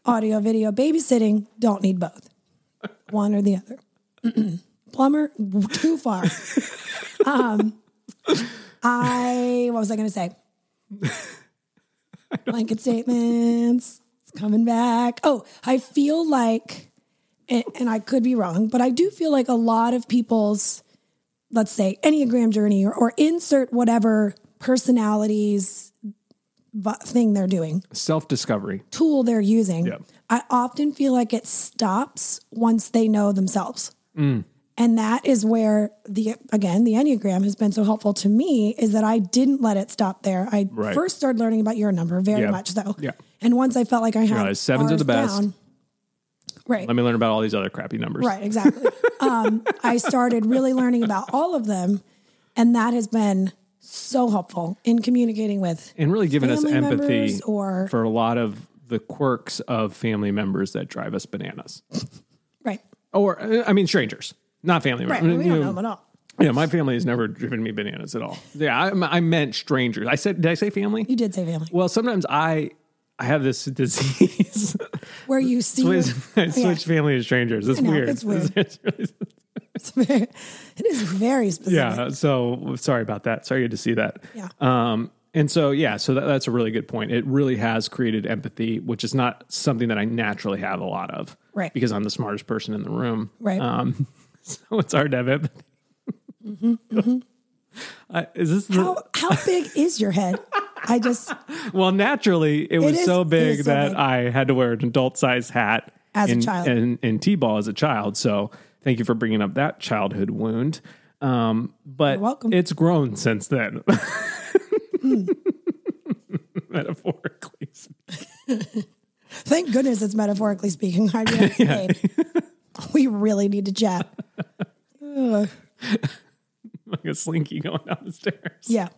Audio, video, babysitting don't need both. One or the other. Mm-mm. Plumber w- too far. um, I what was I going to say? Blanket statements. It's coming back. Oh, I feel like and, and I could be wrong, but I do feel like a lot of people's, let's say, Enneagram journey or, or insert whatever personalities vi- thing they're doing,
Self discovery.
tool they're using,
Yeah.
I often feel like it stops once they know themselves.
Mm.
And that is where the again the Enneagram has been so helpful to me is that I didn't let it stop there. I
Right.
first started learning about your number very
Yeah.
much so.
Yeah.
And once I felt like I had
Realize sevens are the
ours
best.
down- right.
Let me learn about all these other crappy numbers.
Right, exactly. um, I started really learning about all of them, and that has been so helpful in communicating with.
And really giving us
Family
empathy
members or-
for a lot of the quirks of family members that drive us bananas.
Right,
Or, uh, I mean, strangers, not family
right.
members.
we
Mm, You
don't know
know,
them at all.
Yeah, my family has never driven me bananas at all. Yeah, I, I meant strangers. I said, did I say family?
You did say family,
Well, sometimes I I have this disease.
where you see.
I
your-
switch family to strangers. It's
I know,
weird.
it's weird.
It's really-
It's very- it is very specific.
yeah. So sorry about that. Sorry you had to see that.
Yeah.
Um. And so yeah. So that, that's a really good point. It really has created empathy, which is not something that I naturally have a lot of.
Right.
Because I'm the smartest person in the room.
Right.
Um. So it's hard to have empathy.
Mm-hmm,
I, is this the,
How how big is your head? I just
Well, naturally, it, was
is-
so
it is
big
so
that
big.
I had to wear an adult size hat
As a
in-
child.
in, in t-ball as a child. So, thank you for bringing up that childhood wound. Um, but
welcome. Hmm.
it's grown since then, metaphorically.
thank goodness it's metaphorically speaking. I really, babe, we really need to chat. Ugh.
Like a slinky going down the stairs.
Yeah,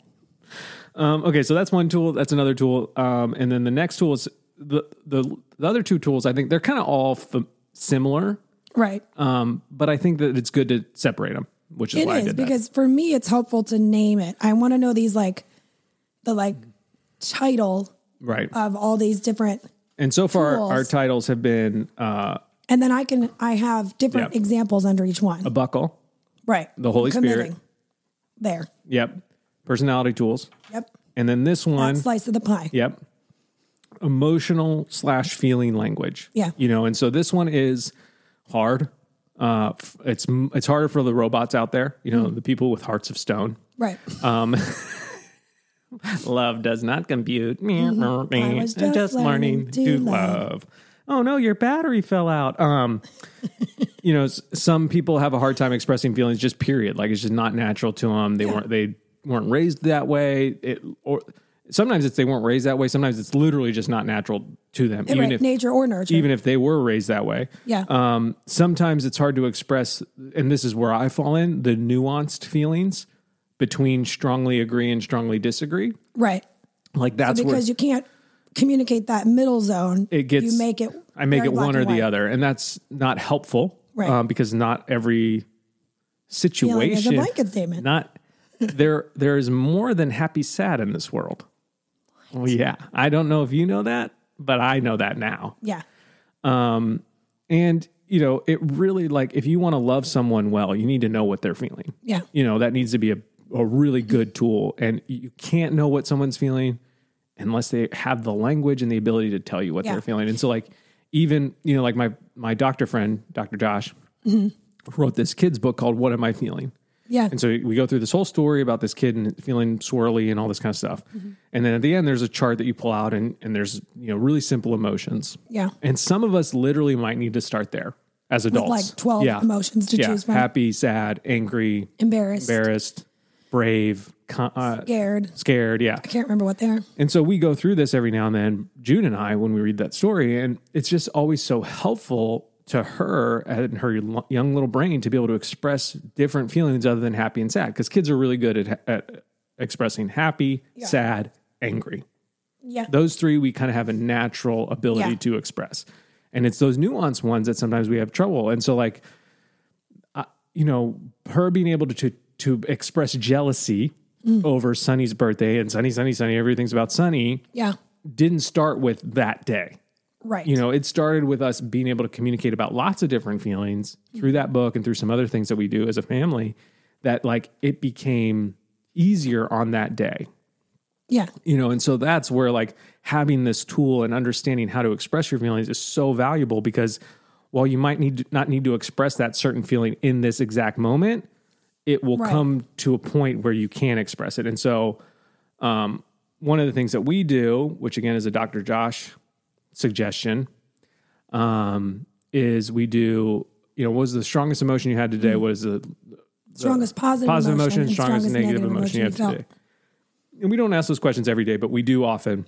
Um, okay, so that's one tool. That's another tool. Um, and then the next tool is the the, the other two tools. I think they're kind of all f- similar,
right.
um, but I think that it's good to separate them, which is
It
why I
is
did that.
because for me, it's helpful to name it. I want to know these like the like title
Right.
of all these different,
And so far,
tools.
our titles have been uh,
and then I can I have different
Yeah.
examples under each one.
a buckle.
right.
the Holy Spirit.
There.
Yep. Personality tools.
Yep.
And then this one.
That slice of the pie.
yep. Emotional slash feeling language.
Yeah.
You know, and so this one is hard. Uh, f- it's m- it's harder for the robots out there. You
Mm.
know, the people with hearts of stone.
Right.
Uh, Love does not compute. I
Mm-hmm. was just learning to love.
Oh no, your battery fell out. Um, you know, s- some people have a hard time expressing feelings. Just period. Like it's just not natural to them. They weren't they weren't raised that way. It or sometimes it's they weren't raised that way. Sometimes it's literally just not natural to them. even
right.
if
Nature or nurture.
even if they were raised that way.
Yeah.
Um, sometimes it's hard to express, and this is where I fall in the nuanced feelings between strongly agree and strongly disagree.
right.
Like that's where
Because you can't communicate that middle zone.
it gets.
you make it
I make
very
it one
black
or
and
the
white.
other, and that's not helpful,
Right.
um, because not every
Feeling is a
situation,
blanket statement.
not there. There is more than happy sad in this world. Well, yeah, I don't know if you know that, but I know that now.
Yeah.
And you know, it really like if you want to love someone well, you need to know what they're feeling.
Yeah.
You know, that needs to be a, a really good tool. And you can't know what someone's feeling unless they have the language and the ability to tell you what
Yeah.
they're feeling. And so like even, you know, like my my doctor friend, Dr. Josh,
Mm-hmm.
wrote this kid's book called What Am I Feeling?
Yeah.
And so we go through this whole story about this kid and feeling swirly and all this kind of stuff.
Mm-hmm.
And then at the end, there's a chart that you pull out and, and there's, you know, really simple emotions.
Yeah.
And some of us literally might need to start there as adults.
like 12 emotions to
Yeah.
choose from.
Happy, sad, angry,
Embarrassed.
embarrassed, brave, con- uh,
Scared.
scared. Yeah.
I can't remember what they are.
And so we go through this every now and then, June and I, when we read that story. And it's just always so helpful to her and her lo- young little brain to be able to express different feelings other than happy and sad. Because kids are really good at, at expressing happy, sad, angry.
Yeah.
Those three we kind of have a natural ability
Yeah.
to express. And it's those nuanced ones that sometimes we have trouble. And so, like, you know, her being able to to, to express jealousy over Sunny's birthday and Sunny, Sunny, Sunny, everything's about Sunny
yeah.
didn't start with that day.
Right.
You know, it started with us being able to communicate about lots of different feelings through that book and through some other things that we do as a family that like it became easier on that day.
yeah.
You know, and so that's where like having this tool and understanding how to express your feelings is so valuable because while you might need not need to express that certain feeling in this exact moment, it will
Right.
come to a point where you can express it. And so, um, one of the things that we do, which again is a Dr. Josh suggestion, um, is we do, you know, what was the strongest emotion you had today? What is the
strongest positive,
positive emotion,
and
strongest, negative, emotion you have
felt.
today. And we don't ask those questions every day, but we do often.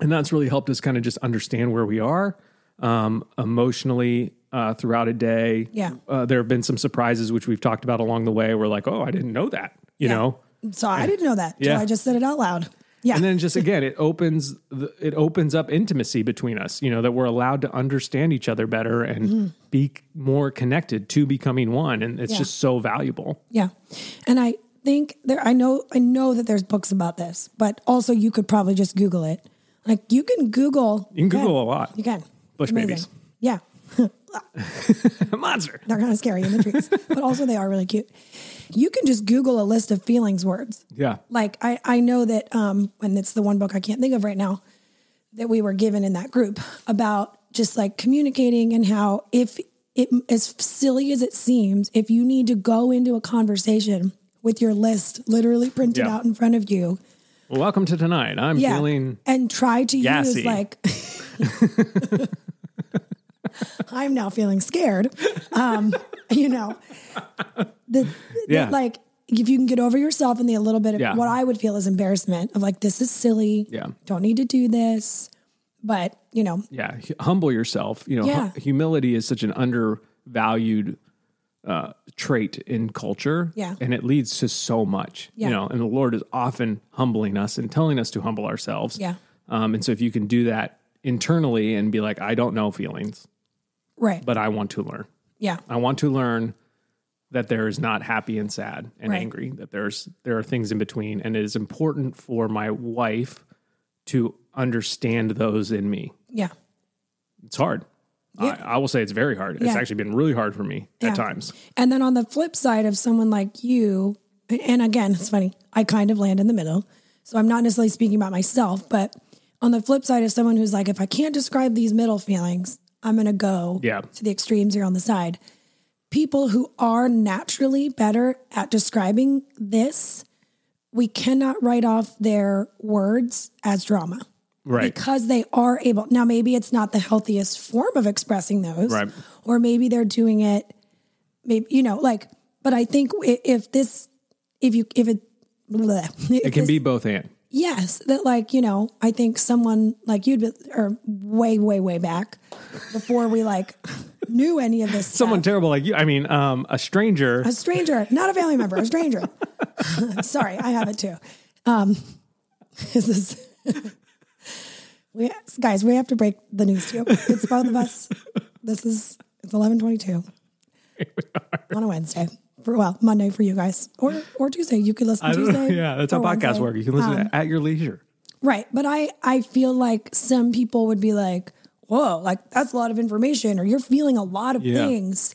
And that's really helped us kind of just understand where we are um, emotionally uh, throughout a day.
Yeah.
Uh, there have been some surprises, which we've talked about along the way. We're like, oh, I didn't know that, you
Yeah.
know?
So I didn't know that.
Yeah.
So I just said it out loud. Yeah.
And then just again, it opens the, it opens up intimacy between us, you know, that we're allowed to understand each other better and be more connected to becoming one. And it's
Mm-hmm. Yeah.
just so valuable.
Yeah. And I think there I know I know that there's books about this, but also you could probably just Google it. Like you can Google
You can Google a lot.
You can.
Bush
It's amazing.
babies.
Yeah.
Monster.
They're kind of scary in the trees, but also they are really cute. You can just Google a list of feelings words.
Yeah.
Like I, I know that um and it's the one book I can't think of right now that we were given in that group about just like communicating and how if it as silly as it seems, if you need to go into a conversation with your list literally printed
Yeah.
out in front of you,
Well, welcome to tonight. I'm
yeah,
feeling
and try to
gassy.
use like I'm now feeling scared. Um, you know, the, the-
Yeah.
like if you can get over yourself and the a little bit of
Yeah.
what I would feel is embarrassment of like this is silly.
Yeah.
don't need to do this. But you know,
yeah, hu- humble yourself. You know, hu-
Yeah.
humility is such an undervalued uh, trait in culture.
Yeah.
and it leads to so much.
Yeah.
You know, and the Lord is often humbling us and telling us to humble ourselves.
Yeah.
Um, and so if you can do that internally and be like, I don't know feelings,
right?
but uh, I want to learn.
yeah,
I want to learn that there is not happy and sad and
Right.
angry. That there's there are things in between, and it is important for my wife to understand those in me.
yeah,
it's hard.
Yeah.
I, I will say it's very hard. It's
Yeah.
actually been really hard for me
Yeah.
at times.
And then on the flip side of someone like you, and again, it's funny, I kind of land in the middle. So I'm not necessarily speaking about myself, but on the flip side of someone who's like, if I can't describe these middle feelings, I'm going to go
Yeah.
to the extremes here on the side. People who are naturally better at describing this, we cannot write off their words as drama
Right.
because they are able. Now, maybe it's not the healthiest form of expressing those,
Right.
or maybe they're doing it, maybe you know, like. But I think i- if this, if you, if it, bleh,
it can be both and.
yes, that like you know, I think someone like you'd be, or way, way, way back before we like knew any of this.
Someone
stuff.
terrible like you. I mean, um, a stranger.
a stranger, not a family member, a stranger. Sorry, I have it too. Um, this is we guys. We have to break the news to you. It's both of us. This is it's eleven twenty two on a Wednesday. For, well, Monday for you guys, or or Tuesday. You could listen
I don't know.
Tuesday.
yeah, that's how
or
podcasts
Wednesday.
work. You can listen
Um,
to it at your leisure.
Right. But I, I feel like some people would be like, whoa, like that's a lot of information, or you're feeling a lot of
Yeah.
things.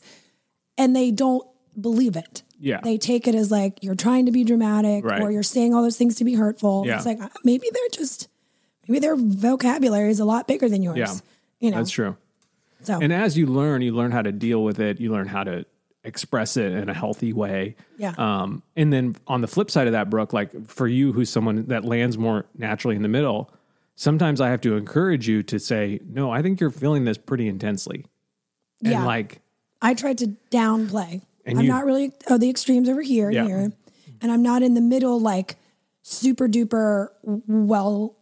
And they don't believe it.
Yeah.
They take it as like you're trying to be dramatic
Right.
or you're saying all those things to be hurtful.
Yeah.
It's like uh, maybe they're just, maybe their vocabulary is a lot bigger than yours.
Yeah.
You know,
That's true.
so
And as you learn, you learn how to deal with it. You learn how to express it in a healthy way.
Yeah.
Um, and then on the flip side of that, Brooke, like for you, who's someone that lands more naturally in the middle, sometimes I have to encourage you to say, no, I think you're feeling this pretty intensely. And
Yeah.
like,
I tried to downplay.
And
I'm
you-
not really oh the extremes over here and
Yeah.
here, and I'm not in the middle like super duper well.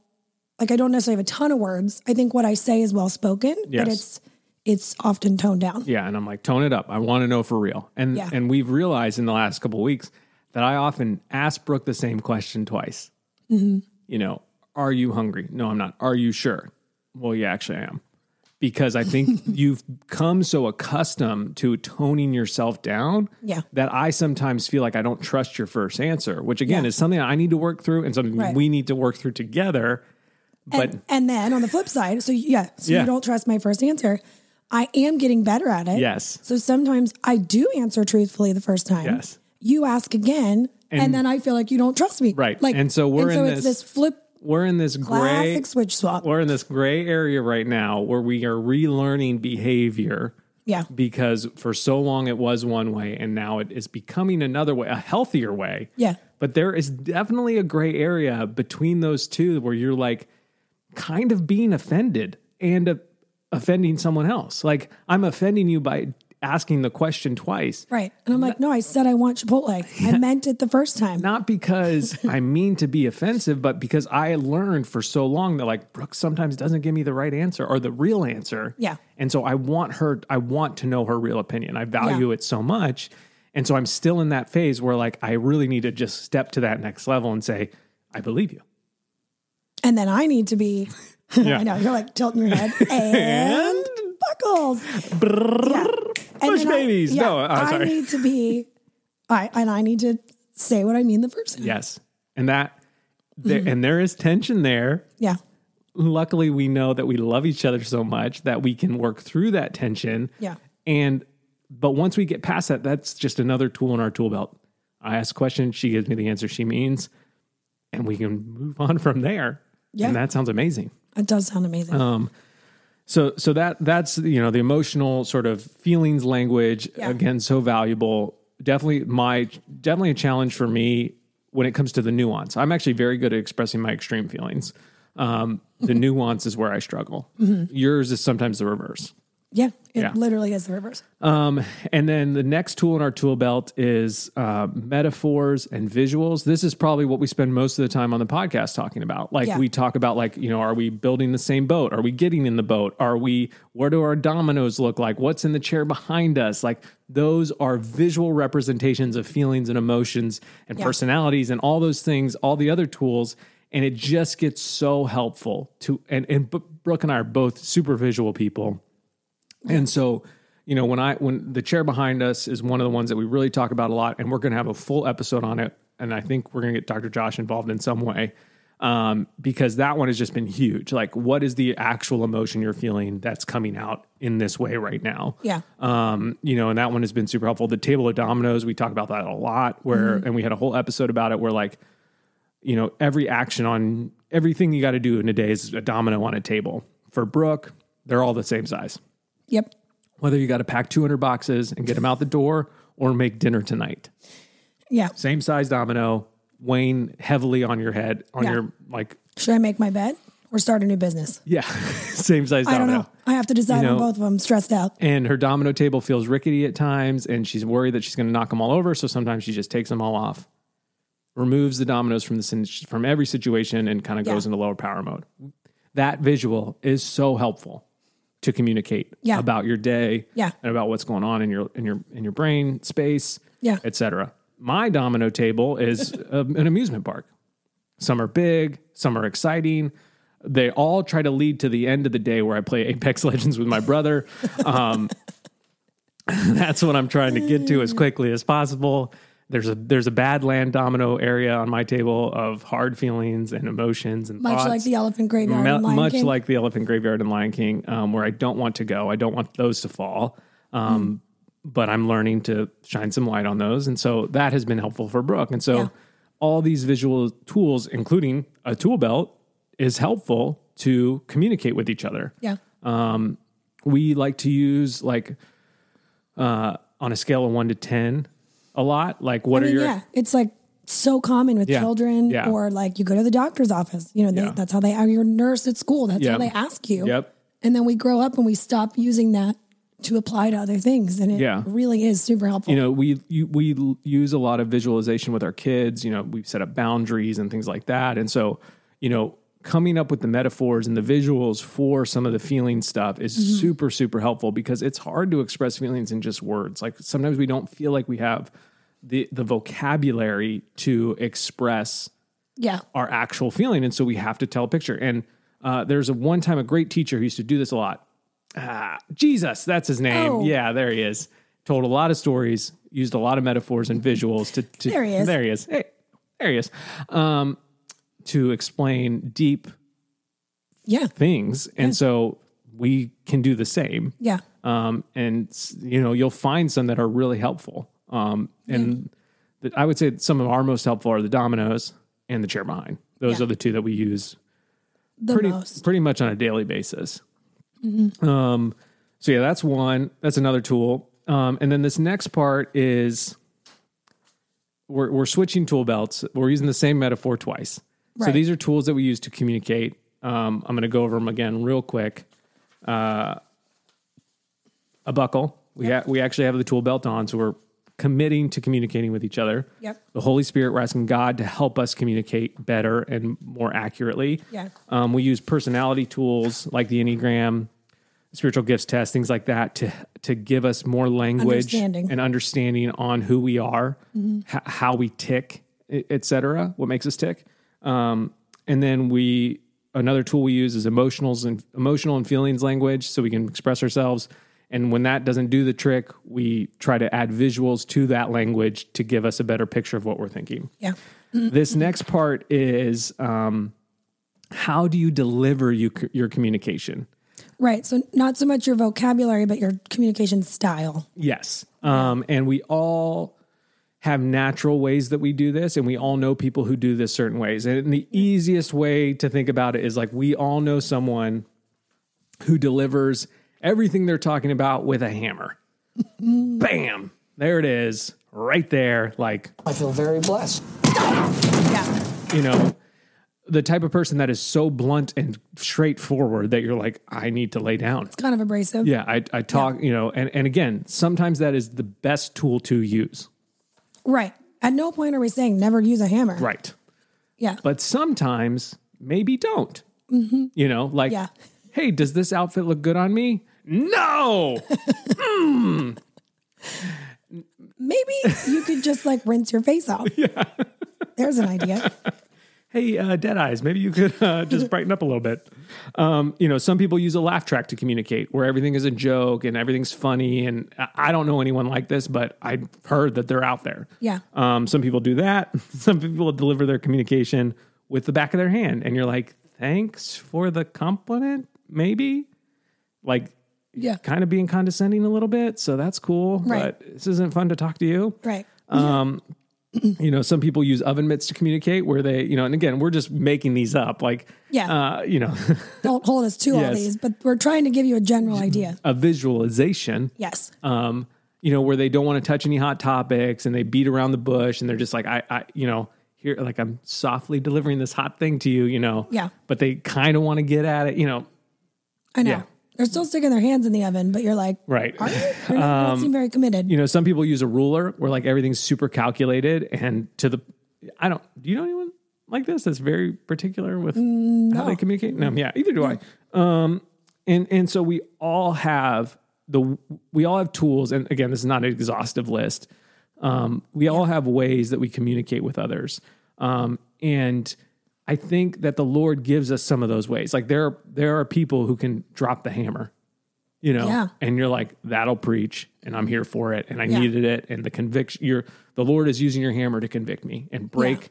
Like I don't necessarily have a ton of words. I think what I say is well spoken,
Yes.
but it's it's often toned down.
Yeah, and I'm like, tone it up. I want to know for real. And
Yeah.
and we've realized in the last couple of weeks that I often ask Brooke the same question twice.
Mm-hmm.
You know, are you hungry? No, I'm not. Are you sure? Well, yeah, actually, I am. Because I think you've come so accustomed to toning yourself down
Yeah.
that I sometimes feel like I don't trust your first answer, which again
Yeah.
is something I need to work through and something
Right.
we need to work through together. But
And, and then on the flip side, so yeah, so
Yeah.
you don't trust my first answer. I am getting better at it.
Yes.
So sometimes I do answer truthfully the first time.
Yes.
You ask again, and,
And-
then I feel like you don't trust me.
Right.
Like,
And so we're
so
in
it's
this
this flip
we're in this gray
classic switch swap.
we're in this gray area right now where we are relearning behavior
Yeah.
Because for so long it was one way and now it is becoming another way, a healthier way.
Yeah.
But there is definitely a gray area between those two where you're like kind of being offended and uh, offending someone else. Like I'm offending you by asking the question twice.
Right. And I'm like, no, I said I want Chipotle. I meant it the first time.
Not because I mean to be offensive, but because I learned for so long that like Brooke sometimes doesn't give me the right answer or the real answer.
Yeah.
And so I want her, I want to know her real opinion. I value
Yeah.
it so much. And so I'm still in that phase where like I really need to just step to that next level and say, I believe you.
And then I need to be,
Yeah.
I know, you're like tilting your head and buckles. Yeah. And
Push
then I-
babies.
yeah,
no, I'm
I
sorry.
need to be, I and I need to say what I mean the first time.
yes. And that,
Mm-hmm.
there, and there is tension there.
Yeah.
luckily we know that we love each other so much that we can work through that tension.
Yeah.
And but once we get past that, that's just another tool in our tool belt. I ask a question, she gives me the answer she means, and we can move on from there.
Yeah.
And that sounds amazing.
It does sound amazing.
Uh, So so that that's you know the emotional sort of feelings language
Yeah.
again so valuable. Definitely my definitely a challenge for me when it comes to the nuance. I'm actually very good at expressing my extreme feelings. Um, the nuance is where I struggle. Yours is sometimes the reverse.
yeah. It
yeah.
literally is the reverse.
And then the next tool in our tool belt is uh, metaphors and visuals. This is probably what we spend most of the time on the podcast talking about. Like
Yeah.
we talk about, like you know, are we building the same boat? Are we getting in the boat? Are we? Where do our dominoes look like? What's in the chair behind us? Like those are visual representations of feelings and emotions and
Yeah.
personalities and all those things. All the other tools. And it just gets so helpful to and and B- Brooke and I are both super visual people. And so, you know, when I when the chair behind us is one of the ones that we really talk about a lot, and we're going to have a full episode on it. And I think we're going to get Dr. Josh involved in some way um, because that one has just been huge. Like, what is the actual emotion you're feeling that's coming out in this way right now?
Yeah.
Um, you know, and that one has been super helpful. The table of dominoes, we talk about that a lot. Where and we had a whole episode about it where like you know, every action on everything you got to do in a day is a domino on a table. For Brooke, they're all the same size.
Yep.
Whether you got to pack 200 boxes and get them out the door or make dinner tonight.
Yeah.
Same size domino weighing heavily on your head, on
Yeah.
your, like,
Should I make my bed or start a new business?
yeah, same size
I
domino.
don't know. I have to decide
You
on
know-
both of them. Stressed out.
And her domino table feels rickety at times, and she's worried that she's going to knock them all over. So sometimes she just takes them all off, removes the dominoes from the sin- from every situation, and kind of
Yeah.
goes into lower power mode. That visual is so helpful to communicate
Yeah.
about your day,
Yeah.
and about what's going on in your in your in your brain space,
Yeah.
etc. My domino table is a, an amusement park. Some are big, some are exciting. They all try to lead to the end of the day where I play Apex Legends with my brother. Um, that's what I'm trying to get to as quickly as possible. There's a there's a bad land domino area on my table of hard feelings and emotions and
Much
thoughts.
like the elephant graveyard.
Mu-
in Lion
much
King.
like the Elephant Graveyard and Lion King, um, where I don't want to go. I don't want those to fall.
Hmm.
Um, But I'm learning to shine some light on those. And so that has been helpful for Brooke. And so
Yeah.
all these visual tools, including a tool belt, is helpful to communicate with each other
Yeah.
we like to use like uh, on a scale of one to ten a lot. Like, what
I
are
mean,
your
yeah, it's like so common with
Yeah,
children,
yeah.
or like you go to the doctor's office. You know, they,
Yeah.
that's how they are. Your nurse at school. That's
Yeah.
how they ask you.
Yep.
And then we grow up and we stop using that to apply to other things, and it
Yeah.
really is super helpful.
you know we you, we l- use a lot of visualization with our kids. You know, we've set up boundaries and things like that, and so you know coming up with the metaphors and the visuals for some of the feeling stuff is
Mm-hmm.
super super helpful because it's hard to express feelings in just words like sometimes we don't feel like we have the the vocabulary to express
yeah.
our actual feeling. And so we have to tell a picture. And uh, there's a one time a great teacher who used to do this a lot. Ah, Jesus, that's his name.
Oh.
Yeah, there he is. Told a lot of stories, used a lot of metaphors and visuals to, to
There he is.
There he is. Hey, there he is. Um, to explain deep
Yeah.
things. And so we can do the same
Yeah.
um, and s- you know you'll find some that are really helpful. Um, and th- I would say that some of our most helpful are the dominoes and the chair behind. Those
Yeah.
are the two that we use
The
pretty
most.
pretty much on a daily basis. Um, So yeah, that's one. That's another tool. Um, and then this next part is we're we're switching tool belts. We're using the same metaphor twice. So
Right.
these are tools that we use to communicate. Um, I'm going to go over them again real quick. Uh, a buckle. We ha- we actually have the tool belt on, so we're committing to communicating with each other.
Yep.
The Holy Spirit. We're asking God to help us communicate better and more accurately.
Yeah.
Um, we use personality tools like the Enneagram, spiritual gifts test, things like that to to give us more language
Understanding.
and understanding on who we are, h- how we tick, e- et cetera, what makes us tick. Um, and then we another tool we use is emotionals and emotional and feelings language, so we can express ourselves. And when that doesn't do the trick, we try to add visuals to that language to give us a better picture of what we're thinking
Yeah.
this next part is um, how do you deliver you, your communication?
Right. So not so much your vocabulary, but your communication style.
Yes. Um, and we all have natural ways that we do this, and we all know people who do this certain ways. And the easiest way to think about it is like we all know someone who delivers everything they're talking about with a hammer. Bam! There it is, right there. Like,
I feel very blessed.
Yeah.
you know the type of person that is so blunt and straightforward that you're like i need to lay down
Kind of abrasive.
yeah i, I talk you know and, and again sometimes that is the best tool to use
Right. At no point are we saying never use a hammer.
right
Yeah.
but sometimes maybe don't you know like
Yeah.
hey does this outfit look good on me no
Maybe you could just like rinse your face off. Yeah. There's an idea.
hey uh, dead eyes maybe you could uh, just brighten up a little bit um, you know some people use a laugh track to communicate where everything is a joke and everything's funny and I- i don't know anyone like this but i've heard that they're out there
Yeah.
um, some people do that some people deliver their communication with the back of their hand and you're like thanks for the compliment maybe like
Yeah.
kind of being condescending a little bit so that's cool
Right.
but this isn't fun to talk to you
Right.
you know, some people use oven mitts to communicate where they, you know, and again, we're just making these up. Like,
Yeah.
uh, you know,
Don't hold us to all
Yes.
these, but we're trying to give you a general idea.
a visualization,
Yes.
um, you know, where they don't want to touch any hot topics and they beat around the bush and they're just like, I, I, you know, here, like I'm softly delivering this hot thing to you, you know,
Yeah.
but they kind of want to get at it, you know,
I know.
yeah.
They're still sticking their hands in the oven, but you're like,
right. Um,
are you? You're not, you don't seem very committed.
You know, some people use a ruler where like everything's super calculated and to the, I don't, do you know anyone like this that's very particular with how they communicate? No, yeah, either do I. Um, and and so we all have the we all have tools and again this is not an exhaustive list um, we all have ways that we communicate with others um, and i think that the lord gives us some of those ways like there there are people who can drop the hammer you know
Yeah.
and you're like that'll preach and i'm here for it and i
Yeah.
needed it and the conviction you're the lord is using your hammer to convict me and break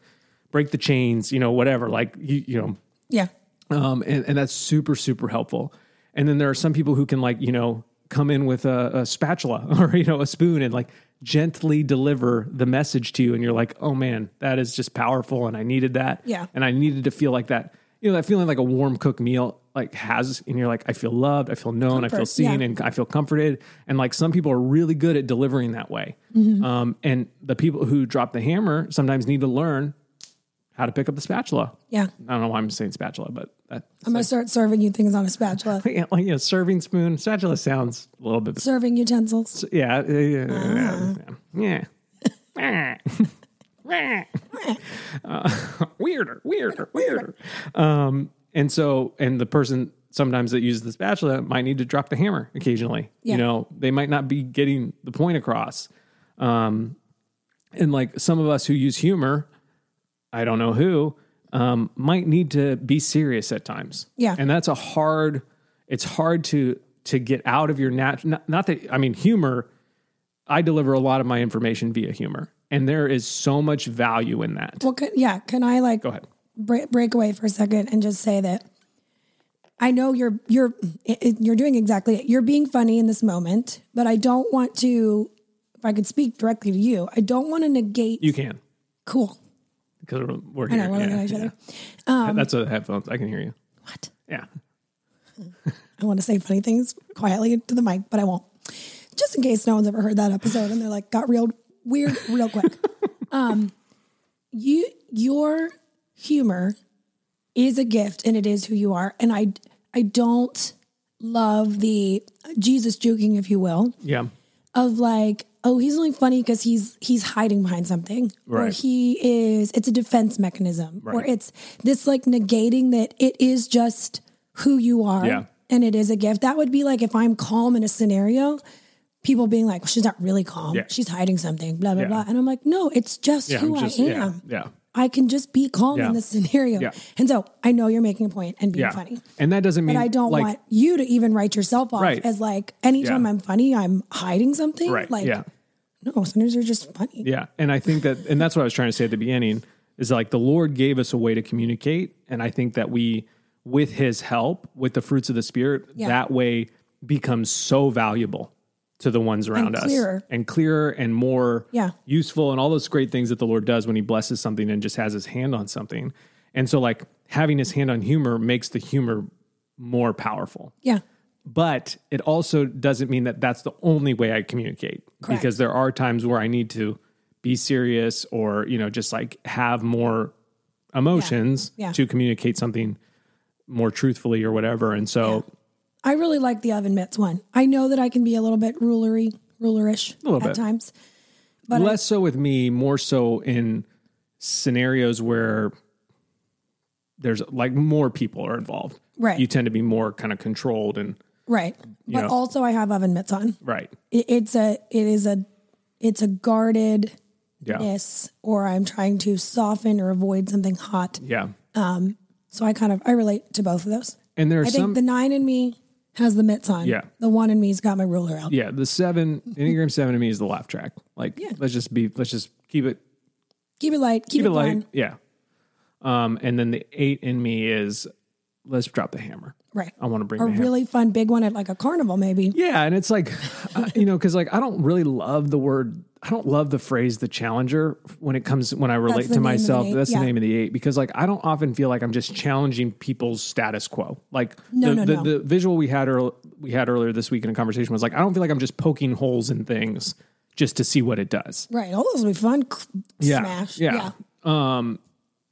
break the chains you know whatever like you you know
Yeah.
um, and, and that's super super helpful and then there are some people who can like you know come in with a, a spatula or you know a spoon and like gently deliver the message to you and you're like oh man that is just powerful and i needed that
Yeah.
and i needed to feel like that you know that feeling like a warm cooked meal like has and you're like i feel loved i feel known i feel
Comfort,
seen
yeah.
and i feel comforted and like some people are really good at delivering that way
Mm-hmm.
um, and the people who drop the hammer sometimes need to learn how to pick up the spatula
Yeah.
I don't know why I'm saying spatula, but that,
I'm going to start serving you things on a spatula,
yeah, like you know, serving spoon, spatula sounds a little bit.
serving utensils.
Yeah, yeah, yeah, yeah, yeah. yeah. Uh, Uh-huh. weirder, weirder, weirder. Um, and so, and the person sometimes that uses the spatula might need to drop the hammer occasionally.
Yeah.
You know, they might not be getting the point across. Um, and like some of us who use humor, I don't know who, um, might need to be serious at times.
Yeah.
And that's a hard, it's hard to, to get out of your nat, not, not that, I mean, humor, I deliver a lot of my information via humor and there is so much value in that.
Well, can, yeah. Can I like
Go ahead.
break, break away for a second and just say that I know you're you're it- it- you're doing exactly it. You're being funny in this moment, but I don't want to. If I could speak directly to you, I don't want to negate.
You can,
cool.
because we're, we're
I
here.
know we're looking
Yeah,
at each
yeah.
other.
That's a headphones. I can hear you.
What?
Yeah.
I want to say funny things quietly to the mic, but I won't. Just in case no one's ever heard that episode and they're like, got real weird real quick. um, you your humor is a gift and it is who you are. And I I don't love the Jesus joking, if you will
Yeah.
of like, oh, he's only funny because he's he's hiding behind something, or
Right.
he is. It's a defense mechanism, or it's this like negating that it is just who you are,
Yeah.
and it is a gift. That would be like if I'm calm in a scenario. People being like, well, she's not really calm.
Yeah.
She's hiding something, blah, blah,
Yeah.
blah. And I'm like, no, it's just
Yeah.
who
I'm just,
I am.
yeah. Yeah.
I can just be calm
Yeah.
in this scenario.
Yeah.
And so I know you're making a point and being
Yeah.
funny.
And that doesn't mean
But I don't
like,
want you to even write yourself off
Right.
as like anytime
Yeah.
I'm funny, I'm hiding something.
Right.
Like
yeah.
no, sometimes you're just funny.
Yeah. And I think that, and that's what I was trying to say at the beginning is like the Lord gave us a way to communicate. And I think that we, with his help, with the fruits of the Spirit,
Yeah.
that way becomes so valuable to the ones around us
clearer.
and clearer and more
Yeah.
useful and all those great things that the Lord does when he blesses something and just has his hand on something. And so, like, having his hand on humor makes the humor more powerful
Yeah.
but it also doesn't mean that that's the only way I communicate
Correct.
because there are times where I need to be serious or you know just like have more emotions
Yeah.
to communicate something more truthfully or whatever and so
I really like the oven mitts one. I know that I can be a little bit rulery, rulerish
little
at
bit.
times. But I-
less so with me more so in scenarios where there's like more people are involved
Right.
you tend to be more kind of controlled and
right. But
know.
also I have oven mitts on.
right
It, it's a it is a it's a guardedness
yeah
or I'm trying to soften or avoid something hot.
yeah
So I kind of I relate to both of those.
and there are
I think
some
the nine in me has the mitts on.
Yeah.
The one in me's got my ruler out.
yeah, the seven Enneagram seven to me is the laugh track. Like, let's just be, let's just keep it,
Keep it light. Keep,
keep it light.
fun.
Yeah. Um, and then the eight in me is let's drop the hammer.
Right.
I want to bring
a
the hammer.
really fun big one at like a carnival, maybe.
Yeah, and it's like, uh, you know, because like I don't really love the word. I don't love the phrase "the challenger" when it comes when I relate to
the name of
myself.
the eight,
That's
yeah.
the name of the eight because like I don't often feel like I'm just challenging people's status quo. Like
No,
the,
no,
the,
no.
the visual we had earl- we had earlier this week in a conversation was like I don't feel like I'm just poking holes in things just to see what it does.
Right. Oh, those will be fun. Smash.
Yeah. Um,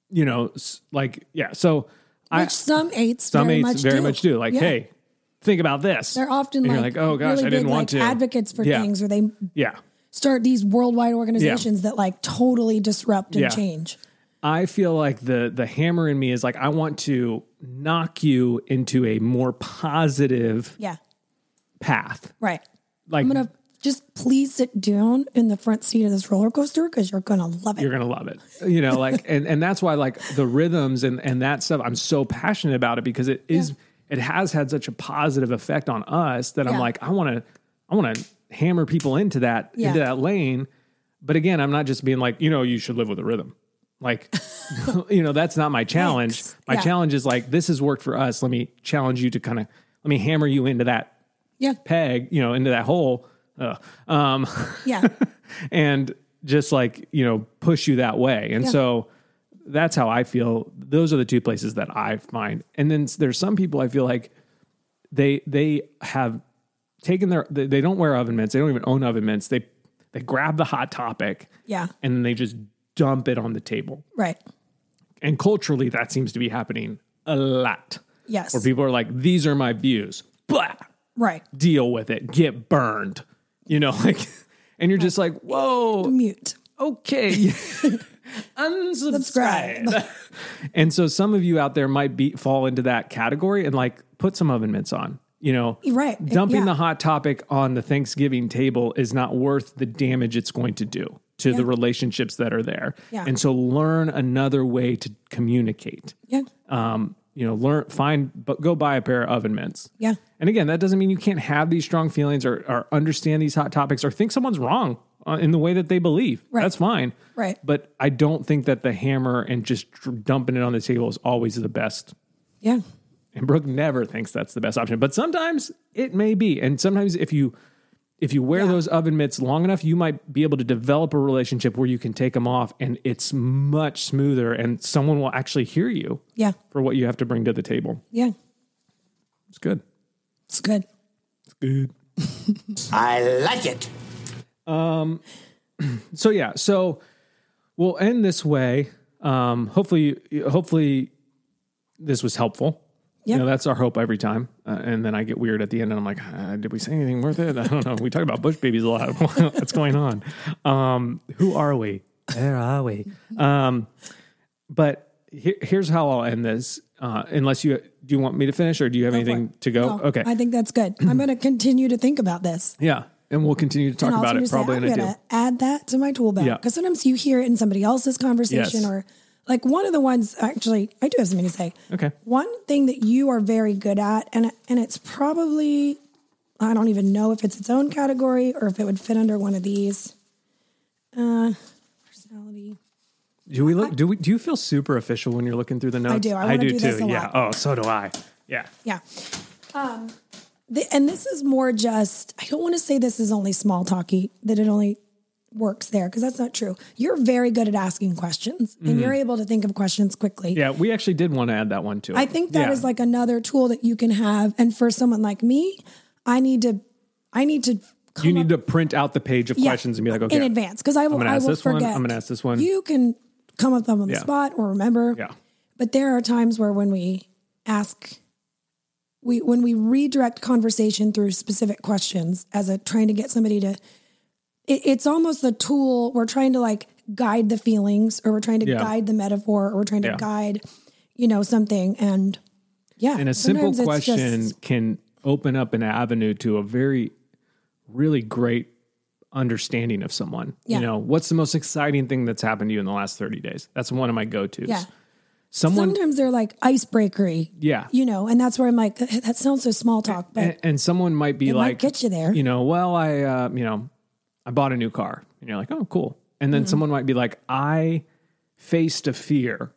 you know, s- like yeah. So I
Which some eights
some
very
eights
much
very
do.
much do. Like,
Yeah.
hey, think about this.
They're often
And
like,
you're like, oh gosh,
really
I didn't
big,
want
like,
to.
advocates for
Yeah.
things, or they
Yeah.
start these worldwide organizations that like totally disrupt and
Yeah.
change.
I feel like the the hammer in me is like I want to knock you into a more positive
Yeah.
path.
Right.
Like
I'm gonna just please sit down in the front seat of this roller coaster because you're gonna love it.
you're gonna love it. You know, like and and that's why like the rhythms and and that stuff. I'm so passionate about it because it is it has had such a positive effect on us that
Yeah.
I'm like I want to I want to hammer people into that
Yeah.
into that lane. But again, I'm not just being like you know you should live with a rhythm. Like you know that's not my challenge.
Thanks.
My
Yeah.
challenge is like this has worked for us. Let me challenge you to kind of let me hammer you into that
yeah.
peg. You know into that hole. Ugh. Um,
Yeah.
and just like you know push you that way and
Yeah.
so that's how i feel those are the two places that i find and then there's some people i feel like they they have taken their they, they don't wear oven mitts they don't even own oven mitts they they grab the hot topic
Yeah.
and then they just dump it on the table
right.
and culturally that seems to be happening a lot
Yes.
where people are like these are my views blah
right.
deal with it get burned you know like and you're just like whoa
Mute.
okay
Subscribe.
unsubscribe and so some of you out there might be fall into that category and like put some oven mitts on you know
You're right.
dumping
Yeah.
the hot topic on the thanksgiving table is not worth the damage it's going to do to the relationships that are there
Yeah.
and so learn another way to communicate
Yeah.
um, you know, learn, find, but go buy a pair of oven mitts.
Yeah.
And again, that doesn't mean you can't have these strong feelings or, or understand these hot topics or think someone's wrong uh, in the way that they believe.
Right.
That's fine.
Right.
But I don't think that the hammer and just dr- dumping it on the table is always the best.
Yeah.
And Brooke never thinks that's the best option, but sometimes it may be. And sometimes if you, if you wear those oven mitts long enough, you might be able to develop a relationship where you can take them off and it's much smoother and someone will actually hear you
Yeah.
for what you have to bring to the table.
Yeah.
It's good.
It's good.
It's good.
I like it.
So yeah, so we'll end this way. Um, hopefully, hopefully, this was helpful.
Yeah.
You know, that's our hope every time. Uh, and then I get weird at the end, and I'm like, uh, did we say anything worth it? I don't know. We talk about bush babies a lot. What's going on? Um, who are we? Where are we? Um, but he- here's how I'll end this. Uh, unless you do you want me to finish, or do you have
for
anything to go?
No,
okay.
I think that's good. I'm going to continue to think about this.
yeah, and we'll continue to talk
And also
about it
just
probably
say,
in a
I'm
deal.
going to add that to my tool bag
Yeah.
because sometimes you hear it in somebody else's conversation
Yes.
or like one of the ones actually I do have something to say.
Okay.
One thing that you are very good at and and it's probably I don't even know if it's its own category or if it would fit under one of these. Uh personality.
Do we look? Do we? Do you feel super official when you're looking through the notes?
do. I wanna do this a
yeah.
lot.
Oh, so do I. Yeah.
Yeah. Um, the, and this is more just, I don't want to say this is only small talky, that it only works there, because that's not true. You're very good at asking questions and you're able to think of questions quickly.
Mm-hmm. Yeah. We actually did want to add that one too.
I think that is like another tool that you can have. And for someone like me, I need to, I need to.
you
come
need to print out the page of
yeah,
questions and be like, okay,
in advance because I will.
I'm gonna
I
ask
will
this one,
forget.
I'm gonna ask this one.
You can come up with them on
Yeah.
the spot or remember.
Yeah.
But there are times where when we ask, we when we redirect conversation through specific questions as a trying to get somebody to. It, it's almost the tool we're trying to like guide the feelings, or we're trying to
Yeah.
guide the metaphor, or we're trying to
Yeah.
guide, you know, something and. Yeah,
And a simple
sometimes it's just-
question can open up an avenue to a very, really great understanding of someone.
Yeah.
You know, what's the most exciting thing that's happened to you in the last 30 days? That's one of my go tos.
Yeah.
Someone,
sometimes they're like icebreakery,
yeah.
you know, and that's where I'm like, "That- that sounds so small talk, but
and, and someone might be
It might
like,
get you there.
You know, well, I, uh, you know, I bought a new car, and you're like, oh, cool. And
Mm-hmm.
then someone might be like, I faced a fear,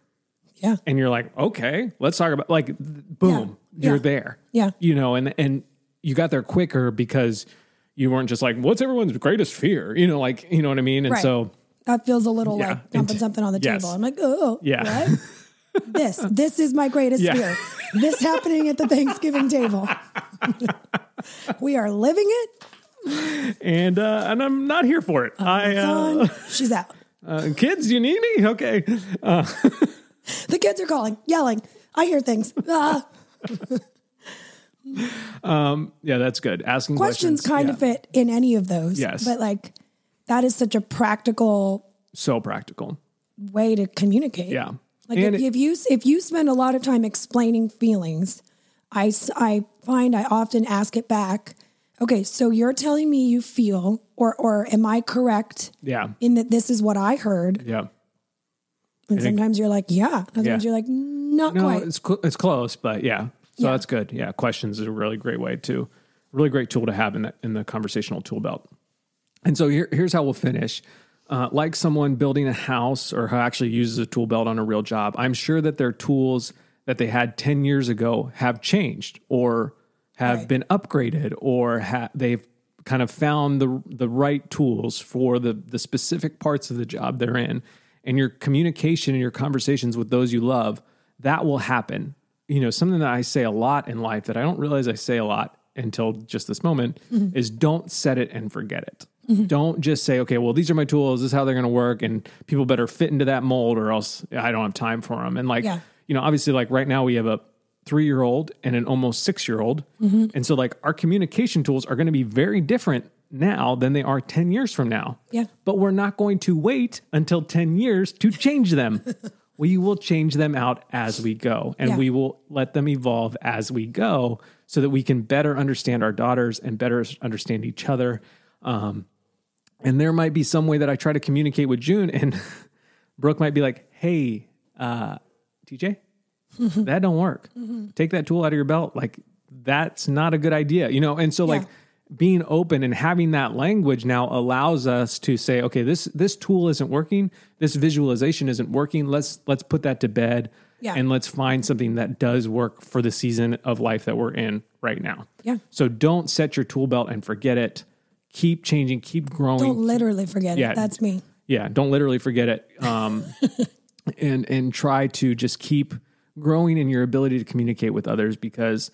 yeah,
and you're like, okay, let's talk about like, th- boom,
Yeah.
you're
Yeah.
there.
Yeah.
you know, and and you got there quicker because you weren't just like, what's everyone's greatest fear? You know, like, you know what I mean? And
Right.
so,
that feels a little
Yeah.
like dumping
Int-
something on the
yes.
table. I'm like, oh,
Yeah.
what? this, this is my greatest
Yeah.
fear. This happening at the Thanksgiving table. we are living it.
and uh, and I'm not here for
Oh,
it. I
It's
uh,
on. She's out.
uh, kids, you need me? Okay,
The kids are calling, yelling. I hear things. Ah,
yeah, that's good. Asking questions,
questions kind
yeah.
of fit in any of those.
Yes.
But like, that is such a practical
so practical.
way to communicate.
Yeah.
Like
And
if,
it-
if you if you spend a lot of time explaining feelings, I s- I find I often ask it back. Okay, so you're telling me you feel, or or am I correct
Yeah,
in that this is what I heard?
yeah.
And sometimes you're like, yeah. Sometimes
Yeah.
you're like, not
No,
quite.
it's cl- it's close, but yeah. So
Yeah.
that's good. Yeah, questions is a really great way to, really great tool to have in the in the conversational tool belt. And so here, here's how we'll finish. Uh, like someone building a house or who actually uses a tool belt on a real job, I'm sure that their tools that they had 10 years ago have changed or have
Right.
been upgraded or ha- they've kind of found the the right tools for the the specific parts of the job they're in and your communication and your conversations with those you love that will happen you know something that i say a lot in life that i don't realize i say a lot until just this moment is don't set it and forget it don't just say okay well these are my tools this is how they're going to work and people better fit into that mold or else i don't have time for them and like
Yeah.
you know, obviously, like right now we have a three year old and an almost six year old. And so, like, our communication tools are going to be very different now than they are 10 years from now.
Yeah.
But we're not going to wait until 10 years to change them. we will change them out as we go and
Yeah.
we will let them evolve as we go so that we can better understand our daughters and better understand each other. Um, and there might be some way that I try to communicate with June, and Brooke might be like, "Hey, uh, TJ, that don't work.
Mm-hmm.
Take that tool out of your belt. Like that's not a good idea, you know." And so, like
Yeah.
being open and having that language now allows us to say, "Okay, this this tool isn't working. This visualization isn't working. Let's let's put that to bed."
Yeah.
And let's find something that does work for the season of life that we're in right now.
Yeah.
So don't set your tool belt and forget it. Keep changing, keep growing,
Don't literally forget
Yeah.
it. That's me.
yeah don't literally forget it um, and and try to just keep growing in your ability to communicate with others because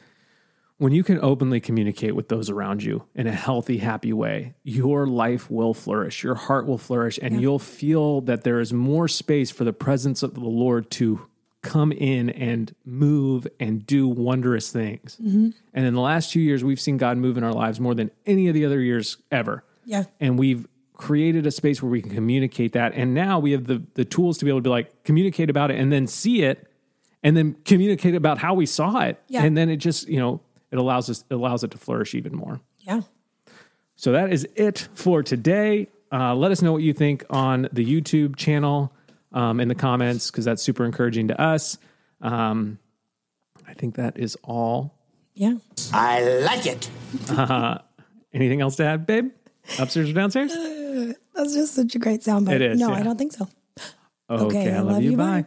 when you can openly communicate with those around you in a healthy, happy way, your life will flourish, your heart will flourish, and you'll feel that there is more space for the presence of the Lord to come in and move and do wondrous things. And in the last two years, we've seen God move in our lives more than any of the other years ever.
Yeah.
And we've created a space where we can communicate that. And now we have the, the tools to be able to be like, communicate about it and then see it and then communicate about how we saw it.
Yeah.
And then it just, you know, it allows us, it allows it to flourish even more.
Yeah.
So that is it for today. Uh, let us know what you think on the YouTube channel um, in the comments because that's super encouraging to us. Um, I think that is all.
Yeah.
I like it.
Anything else to add, babe? Upstairs or downstairs?
That's just such a great soundbite.
It is,
No,
yeah.
I don't think so.
Okay, I love, you. bye.